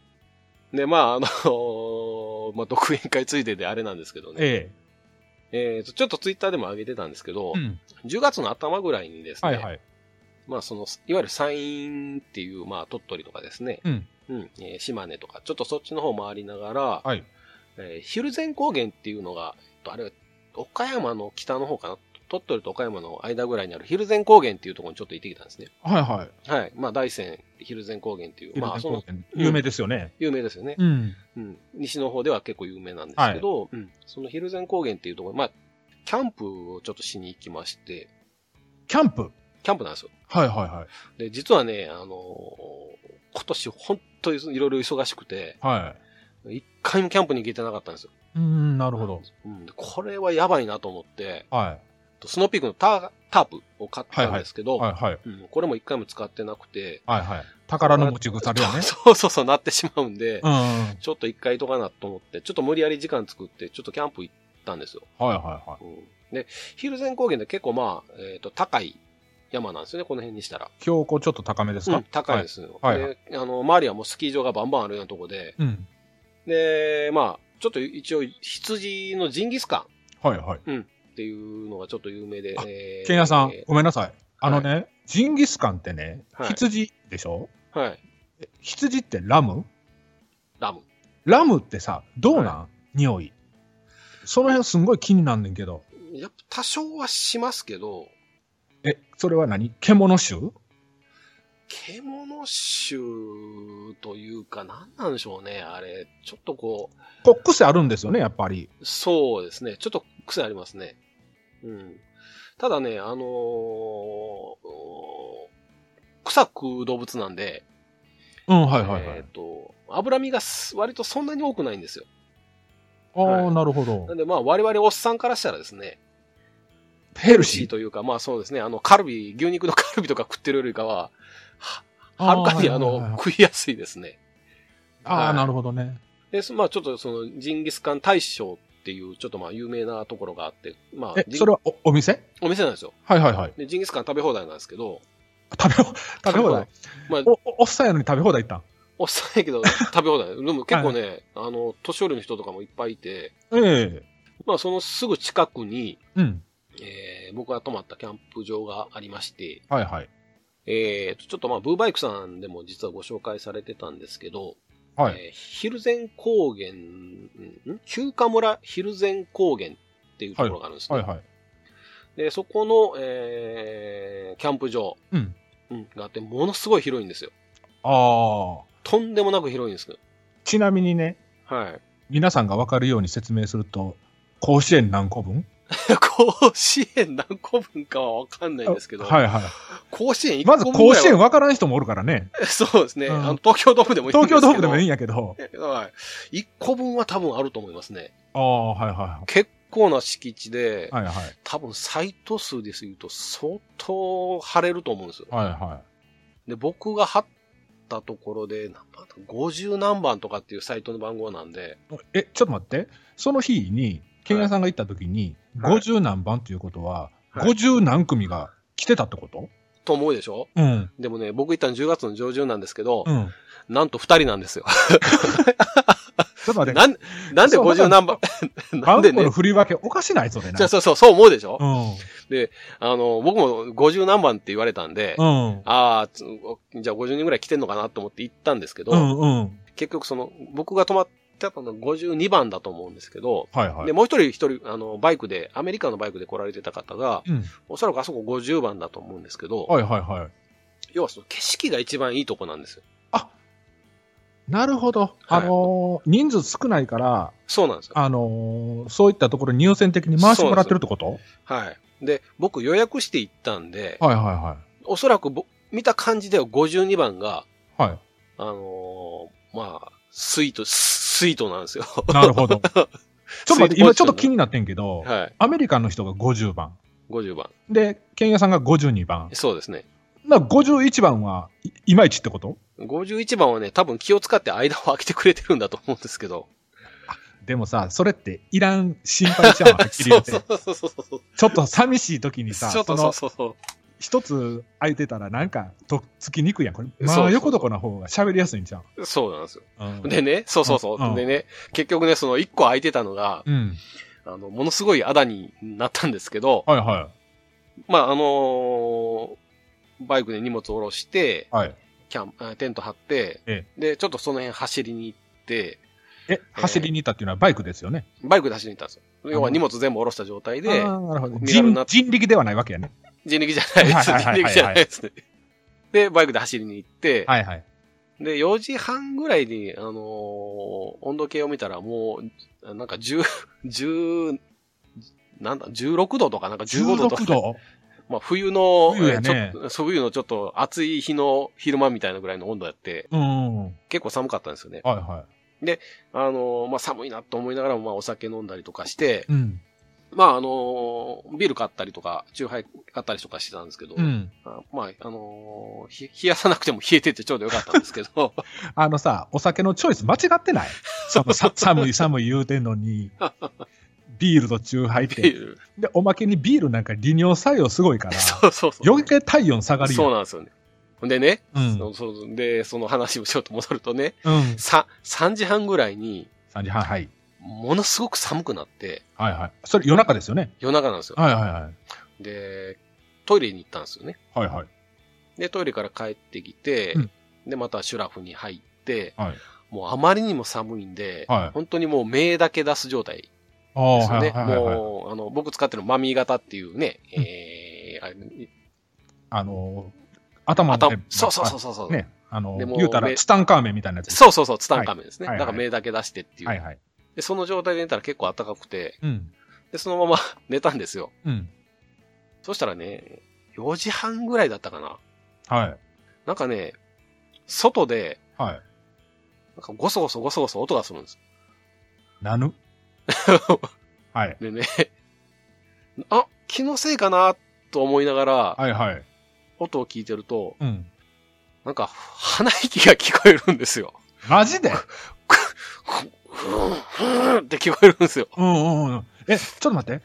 で、まあ、あのーまあ、独演会ついでであれなんですけどね。ええーと、ちょっとツイッターでも上げてたんですけど、え。うん。 10月の頭ぐらいにですね、はいはい。まあ、その、いわゆる山陰っていう、まあ、鳥取とかですね、うん。うん、えー島根とか、ちょっとそっちの方回りながら、はい。えーヒルゼン高原っていうのが、えっとあれ、岡山の北の方かな鳥取と岡山の間ぐらいにあるヒルゼン高原っていうところにちょっと行ってきたんですね。はいはい。はい。まあ、大山ヒルゼン高原っていう、まあ、その、有名ですよね。有名ですよね。うん。うん。西の方では結構有名なんですけど、うん。そのヒルゼン高原っていうところ、まあ、キャンプをちょっとしに行きまして、キャンプキャンプなんですよ。はいはいはい。で、実はね、あのー今年本当にいろいろ忙しくて、は一回もキャンプに行けてなかったんですよ。い。うん、なるほど。うん。でこれはやばいなと思って、はスノーピークのタータープを買ったんですけい。ど、はいはい。うん、これも一回も使ってなくて、。はいはい。宝の持ち腐れよ ねそうそうそう、なってしまうんで、うん。はいちょっと一回とかなと思って、ちょっと無理やり時間作って、ちょっとキャンプ行ったんですよ。はいはい。うん、で、ヒルゼン高原で結構まあ、えっ、と、高い山なんですよね、この辺にしたら。標高ちょっと高めですうかん、高いで。すよ、はいはで、あの、周りはもうスキー場がバンバンあるようなとこで、はいうん。で、まあ、ちょっと一応、羊のジンギスカはいはい。ンっていうのがちょっと有名で、あえーケンヤさんえ、ごめんなさい。あのね、ジンギスカンってねはい、羊でしょーはい、え羊ってラムラム。ラムってさ、どうなん匂い。その辺すんごい気になんねんけど。やっぱ多少はしますけど、え、それは何獣臭獣臭というか、何なんでしょうね、あれ。ちょっとここう癖あるんですよね、やっぱり。う、そうですね。ちょっと癖ありますね。うん。ただね、あのーおー草食う動物なんで、うん、はいはいはえっ、い。と、脂身がす割とそんなに多くないんですよ。あはあ、いなるほどなん。でまあ我々おっさんからしたらですね、ヘルヘルシーシー。というか、まあそうですね、あのカルビ、牛肉のカルビとか食ってるよりかは、ははるかにあーはいはいの、はい食いやすいですね。あはあ、いなるほどね。で、そまあちょっとその、ジンギスカン大将っていう、ちょっとまあ有名なところがあって、まあえ、、ジンそれはおお店お店なんですよ。はいはいはい。で、ジンギスカン食べ放題なんですけど、食べ 放食べ放題。まあ、おおおっさんやのに食べ放題行ったんおっさんやけど 食べ放題。でも結構ね、あの、年寄りの人とかもいっぱいいて、えまあそのすぐ近くに、えうん。えー僕が泊まったキャンプ場がありまして、はいはい。えー、とちょっとまあ、ブーバイクさんでも実はご紹介されてたんですけど、はい。えーヒルゼン高原、ん休暇村ヒルゼン高原っていうところがあるんですね。はいはい。で、そこの、えーキャンプ場、うんうんがあって、ものすごい広いんですよ。ああ。とんでもなく広いんですけど。ちなみにね、 はい。皆さんがわかるように説明すると、甲子園何個分甲子園何個分かはわかんないんですけど、はいは甲子園い。 1まず個分ぐら甲い子は園わからん人もおるからね。 そうですね。うんあの東京ドームでもいいんです東けど京ドームでもいいんやけど。はい。1個分は多分あると思いますね。ああ、はいは結構な敷地でい。、はいはい。多分サイト数です言うと相当張れると思うんですよ。はいはで、僕が張ったところで、なんか50何番とかっていうサイトの番号なんで、い。え、ちょっと待って。その日に、ケンヤさんが行った時に、はい50何番ということは、はい50何組が来てたってことと思うでしょうん。でもね、僕行ったの10月の上旬なんですけど、うん。なんと2人なんですよ。ちょっと待って、なん、なんでそう50何 番、なバんンでコねの。振り分けおかしない、それな。じゃあそうそう、そう思うでしょ、うあの、僕も50何番って言われたんで、ん。うん。ああ、つじゃあ50人ぐらい来てんのかなと思って行ったんですけど、うんうん。結局その、僕が泊まってたのが52番だと思うんですけど、はいはい。で、もう一人一人、あの、バイクで、アメリカのバイクで来られてた方が、うん。おそらくあそこ50番だと思うんですけど、はいはいはい。要はその景色が一番いいとこなんですよ。なるほど。あのー人数少ないから、そうなんですよ。あのーそういったところに優先的に回してもらってるってことはい。で、僕予約して行ったんで、はいはおそらくぼ見た感じでは52番が、いはい。はあのーまあ、スイート、ススイートなんですよ。い。なる ほど。ちょっと待って、今ちょっと気になってんけど、はい。アメリカの人が50番。 50番。で、ケンヤさんが52番。そうですね。な、51番はい、いまいちってこと51番はね、多分気を使って間を空けてくれてるんだと思うんですけど。でもさ、それっていらん心配ちゃうわ、はっきり言っ て。そうそうそうそう。ちょっと寂しい時にさ、ちょっそとそのうそうそう。一つ空いてたらなんかとっつきにくいやん。これ、そうまそうあ横床の方が喋りやすいんちゃそうなんですよ。う、うん、でね、そうそうそう。うんでね、結局ね、その1個空いてたのが、うん。あの、ものすごいあだになったんですけど、はいはまあ、あのーバイクで荷物下ろしてい。、はい。キャン、あテント張って、えで、ちょっとその辺走りに行って、え、走りに行ったっていうのはバイクですよね。バイクで走りに行ったんですよ。要は荷物全部下ろした状態であ、ーなるほど身軽人な人力ではないわけやね。人力じゃないです。はい人はいはいはい力じゃないですね。で、バイクで走りに行って、はいはい。で、4時半ぐらいに、あのー温度計を見たらもう、なんか10、10、なんだ、16度とかなんか15度とか。 16度まあ冬の、冬やねえーちょっと冬のちょっと暑い日の昼間みたいなぐらいの温度やって、うん。はい結構寒かったんですよね。はあのーまあ寒いなと思いながらも、まあお酒飲んだりとかして、い。うん。まああのービール買ったりとか、チューハイ買ったりとかしてたんですけど、うん。あまああのーひ冷やさなくても 冷えててちょうどよかったんですけど、あのさ、お酒のチョイス間違っ てないそのさ寒い寒い言うてんのに、ビールとチューハイっってて。いう。 で、おまけにビールなんか利尿作用すごいから、そうそうそう。余計体温下がるそうよ。なんですよね。でね、うん。そうそうで、その話をちょっと戻るとね、うん。さ、3時半ぐらいに、 3時半、はい。ものすごく寒くなって、はいはい。それ夜中ですよね。夜中なんですよ。はいはいはい。で、トイレに行ったんですよね。はいはい。で、トイレから帰ってきて、うんで、またシュラフに入って、はいもうあまりにも寒いんで、はい本当にもう目だけ出す状態あであ、すよはいね。はいはい。もう、あの、僕使ってるマミー型っていうね、うんえーあれあのー、頭の頭ね、そうそうそうそうそう、ね、あのでー、も言うたら、めツタンカーメンみたいなやつ。そうそうそう、ツタンカーメンですね。はいはいだから目だけ出してっていう。はいはい。でその状態で寝たら結構暖かくて、うん。で、そのまま寝たんですよ。うん。そしたらね、4時半ぐらいだったかな。はい。なんかね、外で、はい。なんかゴソゴソゴソゴソ音がするんです。なぬはい。でね、 あ、気のせいかなと思いながら、はいはい。音を聞いてると、うん。なんか鼻息が聞こえるんですよ。マジでふんふんって聞こえるんですよ。。うんうんうん。え、ちょっと待って。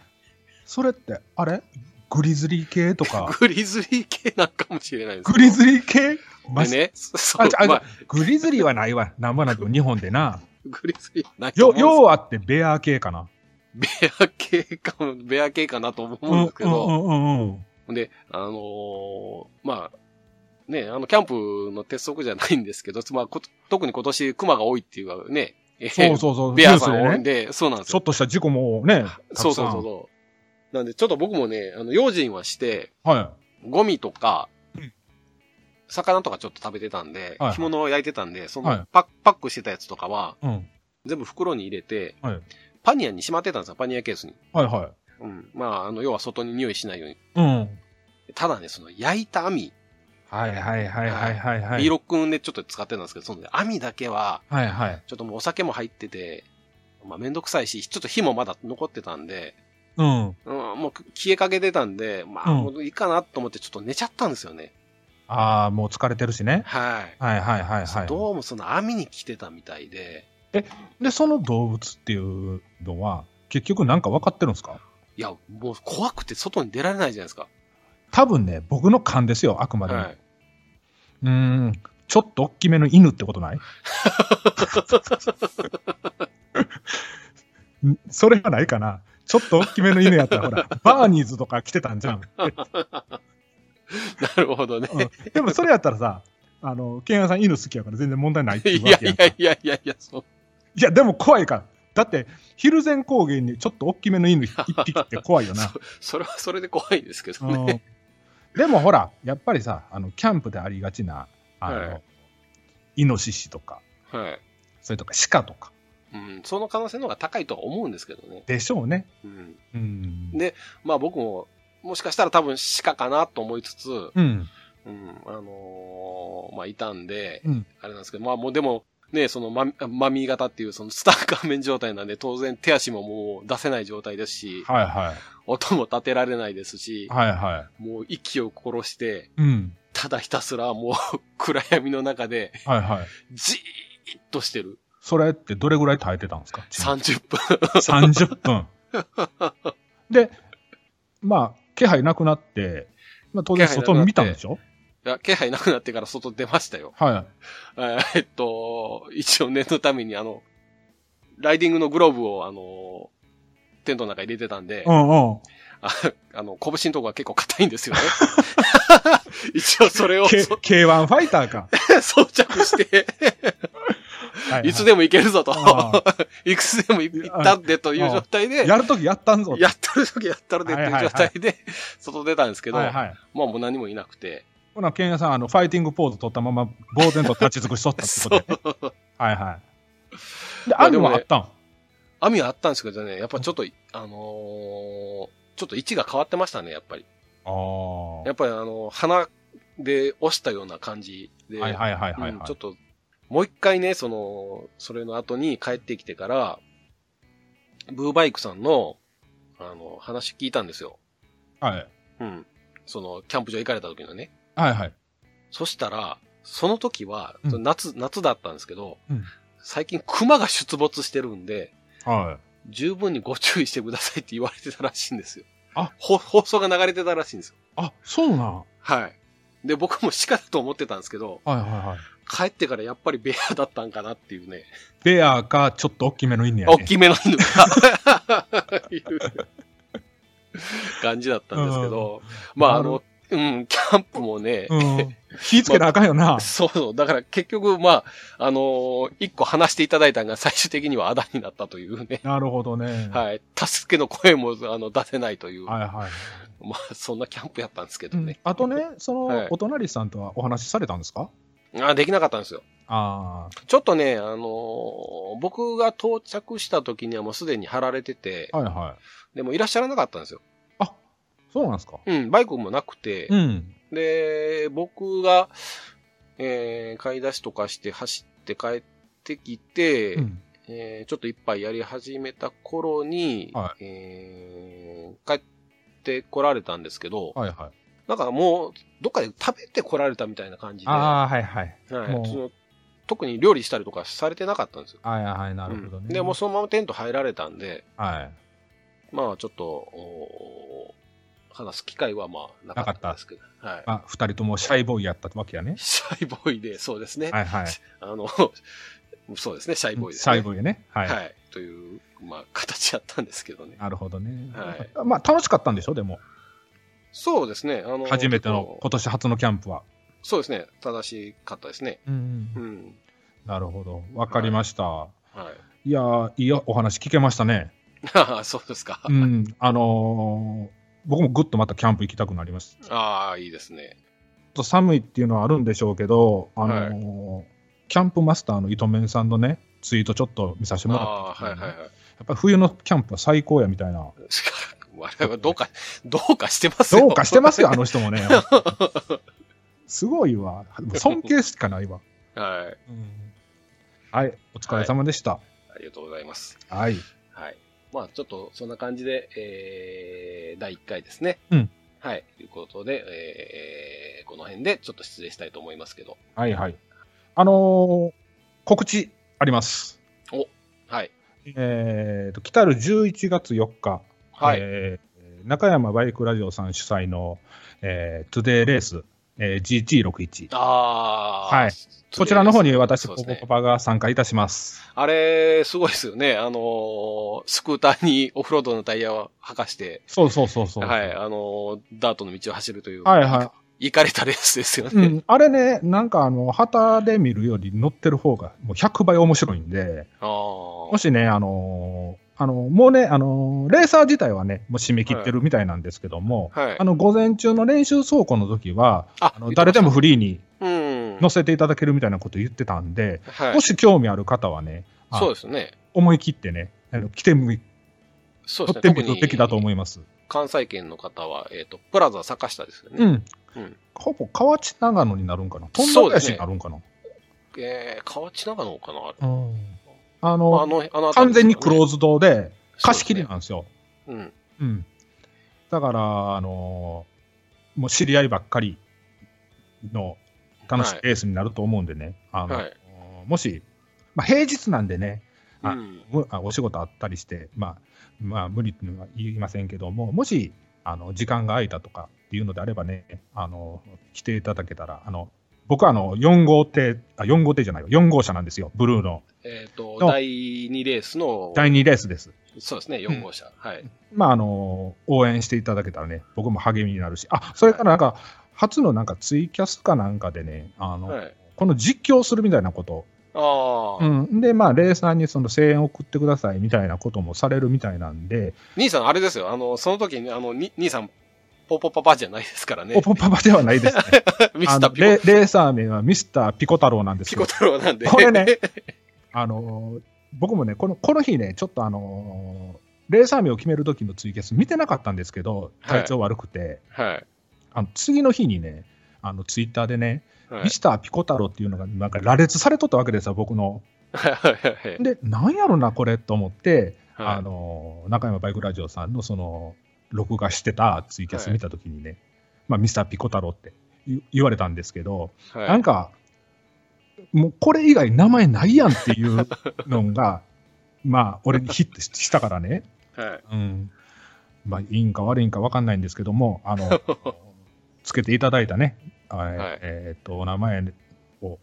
それって、あれグリズリー系とか グリズリー系なんかもしれないですけどグリズリー系マでジね、そうあ、ち、ゃあまあ、グリズリーはな いわ。なんぼなんでも日本でな。グリズリーなんかもよ、うようあってベアー系かな。ベア系か、ベア系かなと思うんですけど、うんうんうんうん。で、あのーまあ、ね、あの、キャンプの鉄則じゃないんですけど、まあ、こ特に今年熊が多いっていうね、えーそうそうそ う。ベアさんニュー多いスんでね。で、そうなんですちょよ。っとした事故もね。そうそうそうう。そう。なんで、ちょっと僕もね、あの、用心はして、はゴミとかうん、魚とかちょっと食べてたんで、はいはい干物を焼いてたんで、そはいのパック、パックしてたやつとかは、い。うん。全部袋に入れて、はいパニアにしまってたんですよ、パニアケースに。はいはうん。まあ、あの、要は外に匂いしないように。い。うん。ただね、その焼いた網、はいはいはいはいはいは B い。ロックンでちょっと使ってたんですけど、その網だけは、はいはい。ちょっともうお酒も入ってて、まあめんどくさいし、ちょっと火もまだ残ってたんで、うん。うん、もう消えかけてたんで、まあうんもういいかなと思ってちょっと寝ちゃったんですよね。ああ、もう疲れてるしね。はい。はいはいはいはい。どうもその網に来てたみたいで、で、その動物っていうのは、結局なんか分かってるんですかいや、もう怖くて外に出られないじゃないですか。多分ね、僕の勘ですよ、あくまでも。はいうーん、ちょっと大きめの犬ってこと ないんそれはないかな。ちょっと大きめの犬やったら、ほ ら、バーニーズとか来てたんじゃん。 なるほどね。うんでもそれやったらさ、あの、ケンヤさん犬好きやから全然問題ないっていう いわやけやんいかやいやいやいや、そう。いや、でも怖いから。だって、ヒルゼン高原にちょっと大きめ の犬一匹って怖いよな。それはそれで怖いですけどうんね。でもほら、やっぱりさ、あの、キャンプでありがちな、あの、はいイノシシとか、はい。それとか鹿とか、うん、その可能性の方が高いとは思うんですけどね。でしょうね。うん。うん。でまあ僕も、もしかしたら多分鹿かなと思いつつ、うん、うん。あのーまあいたんで、うんあれなんですけど、まあもうでも、ね、そのマミ、マミー型っていうそのスター顔面状態なんで、当然手足ももう出せない状態ですし、はいはい。音も立てられないですし、はいはもう息を殺して、い。うん。ただひたすらもう 暗闇の中ではいはい。じーっとしてる。それってどれぐらい耐えてたんですか30分。 30分。で、まあ、気配なくなって、まあ、当然気配なく外なって見たんでしょいや、気配なくなってから外出ましたよ。はえーえっと、一応念のためにあの、ライディングのグローブをあの、テントの中に入れてたんでい。う、んうん。あ あの、拳のとこが結構硬いんです よね。一応それを K- そ K1 ファイターか。装着して、はいはいつでも行けるぞと、あ いくつでも行ったってという状態で、やるときやったんぞ。やったる時やったるでっていう状態で、外出たんですけど、はいまあはい。もう何もいなくて、ほな、ケンヤさん、あの、ファイティングポーズ取ったまま、呆然と立ち尽くしとったってことで、ね。はいはい。で、まああでるももねあったん。網はあったんですけどね、やっぱちょっと、あのーちょっと位置が変わってましたね、やっぱり。ああ。やっぱりあの、鼻で押したような感じで、はいはいはいはい、うんはいちょっと、もう一回ね、その、それの後に帰ってきてから、ブーバイクさんの、あの、話聞いたんですよ。はい。うん。その、キャンプ場行かれた時のね。はいはい。そしたら、その時は、うんその夏、夏だったんですけど、うん最近熊が出没してるんで、はい。十分にご注意してくださいって言われてたらしいんですよ。あほ放送が流れてたらしいんですよ。あ、そうなん。ははい。で、僕も鹿だと思ってたんですけど、いはいはい。帰ってからやっぱりベアだったんかなっていうね。ベアか、ちょっと大きめの犬やね。大きめの犬が、 いう感じだったんですけど、まああの、うん、キャンプもね、うん。気ぃつけなあかんよな。 そうそう、だから結局、まあ、あのー一個話していただいたのが最終的にはあだになったというね、なるほどね。はいはい、助けの声もあの出せないという、はいはい。まあそんなキャンプやったんですけうどんね、、あとね、そはいの、お隣さんとはお話しされたんですかあできなかったんですよ。あちょっとね、あのー僕が到着した時にはもうすでに貼られててあ。、はいはい。でもいらっしゃらなかったんですよ。あ、そうなんですか。うん、バイクもなくて、うん。で、僕が、えー買い出しとかして走って帰ってきて、うんえーちょっと一杯やり始めた頃に、はえー帰ってこられたんですけど、はいはい。なんかもう、どっかで食べてこられたみたいな感じで、はああ、はいはい。い、そもうの特に料理したりとかされてなかったんですよ。はいはい、なるほどうんね。で、もうそのままテント入られたんで、はまあちょっと、お話す機会はまあなかったんですけど、はい い。。あ、二人ともシャイボーイやったわけやね。シャイボーイで、そうですね。はいはい。あの、 そうですね、シャイボーイです、シね。ャイボーイね。はい。はい。という、まあ、形やったんですけどね。なるほどね。はいまあ、楽しかったんでしょ、でも。そうですね。あの、初めての、こ今年初のキャンプは。そうですね。正しかったですね。うんう。ん。なるほど。わかりました。はい やー、いいお話聞けましたね。い。そうですか。うん。あのー僕もぐっとまたキャンプ行きたくなりました。ああ、いいですね。ちょっと寒いっていうのはあるんでしょうけど、あのーキャンプマスターの糸面さんのね、ツイートちょっと見させてもらああっー、たはんいですけどね、はいやはい。っぱ冬のキャンプは最高やみたいな。しか も、我々はど うか、どうかしてますよ。どうかしてま すよ、あの人 もね。すごいわ。尊敬しかないわ。はい。はい、お疲れ様でした。ありがとうございます。はい。はい。まあ、ちょっと、そんな感じで、えー、第1回ですね。うん。はい。ということで、えー、この辺で、ちょっと失礼したいと思いますけど。はい、はい。あのー告知あります。はい。えーと、来たる11月4日、はい。えー中山バイクラジオさん主催の、えートゥデイレース、えー、GT61。ああ。はい。こちらの方に私、そうでポすコねパパが参加いたします。あれ、すごいですよね。あのースクーターにオフロードのタイヤを履かして、そうそうそうそう。はい、あのーダートの道を走るという、はいは行かれたレースですよい。うね。 ん、あれね、なんかあの、旗で見るより乗ってる方がもう100倍面白いんで、あもしね、あのーあのもうね、あのーレーサー自体はね、もう締め切ってるみたいなんですけども、あ。はいあ。の午前中の練習走行の時は、ああの誰でも、フリーにうん。乗せていただけるみたいなこと言ってたんで、はいも。し興味ある方はね、あそうですね。思い切ってね、あの来てみ、そう取でっすてね。みるべきだと思います。関西圏の方は、えっ、と、プラザ坂下ですよね。うん。うんほぼ河内長野になるんかな、富そう田です林ねになるんかな。えー、河内長野かなあれうんああの、あの、の辺、完全にクローズ。ズドで、貸し切りそうなんですよ。ですね。うん。だから、あのーもう知り合いばっかりの楽しいはいレースになると思うんでね、あのはいもし、まあ、平日なんでね、うん。あうんむあお仕事あったりして、まあ、まあ、無理とは言いませんけども、もし、あの、時間が空いたとかっていうのであればね、あの、来ていただけたら、あの、僕はあの、4号艇、あ、4号艇じゃないよ、4号車なんですよ、ブルーのえっ、と、の第2レースの、第2レースです。そうですね、4号車。はい。まあ、あの、応援していただけたらね、僕も励みになるし、あ、それからなんか、初のなんかツイキャスかなんかでね、あの、はい。この実況するみたいなこと、ああ、うん、で、まあ、レーサーにその声援を送ってくださいみたいなこともされるみたいなんで、兄さん、あれですよ。あの、その時に、あの、に兄さん、ポポパパじゃないですからねポ。ポパパではないですね。 ミあスターのピコレ、レーサー名はミスターピコ太郎なんですピコよ太郎なんで。これね、あのー僕もねこの、この日ね、ちょっとあのーレーサー名を決める時のツイキャス見てなかったんですけど、はい体調悪くて、 はい。あの次の日にね、あのツイッターでね、はいミスターピコ太郎っていうのがなんか羅列されとったわけですよ、僕の。はいはいはいで、なんやろな、これと思って、はいあのー中山バイクラジオさんのその録画してたツイキャス見た時にね、まあ、ミスターピコ太郎って言言われたんですけど、はいなんか、もうこれ以外名前ないやんっていう のが、まあ、俺にヒットしたからね、はいうん、まあ、いいんか悪いんか分かんないんですけども、あ の、つけていただいたね、えーはいえーっと、お名前を、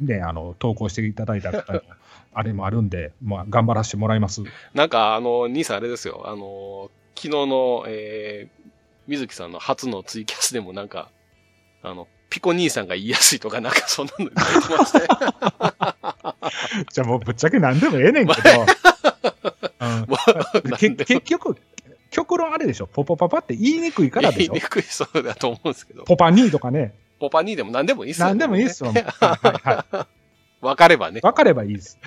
ね、あの、投稿していただいた 方の、あれもあるんで、まあ、頑張らせてもらいます。なんか、あの、兄さん、あれですよ。あの、昨日の、えー、水木さんの初のツイキャスでも、なんか、あの、ピコ兄さんが言いやすいとか、なんか そんなの言ってましたよ じゃあもうぶっちゃけ何でもええねんけ ど、うんもう け結局、極論あれでしょ、ポポパパって 言いにくいからでし言いょに。くいそうだと思うんですけど。ポパニーとかね、ポパ兄でも何でもいいっすよ、何でもいいっ すよ。はいはいはわかればね い。。わかればいいです。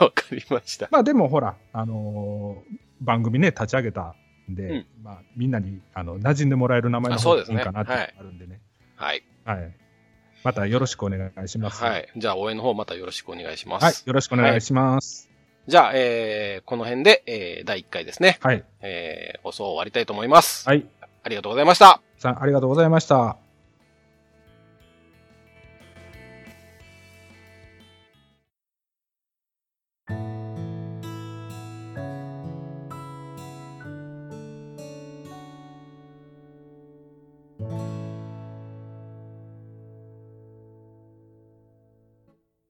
わかりました。まあでもほら、あのー番組ね、立ち上げたんで、うんままあみんなにあの馴染んでもらえる名前のあ方そうでがいすいねかなっていうのがあるんでね。はい。はい。またよろしくお願いします。はい。じゃあ、応援の方またよろしくお願いします。はい。よろしくお願いします。じゃあ、えー、この辺で、えー、第1回ですね、はい。えー、放送を終わりたいと思います。はい。ありがとうございました。さん、ありがとうございました。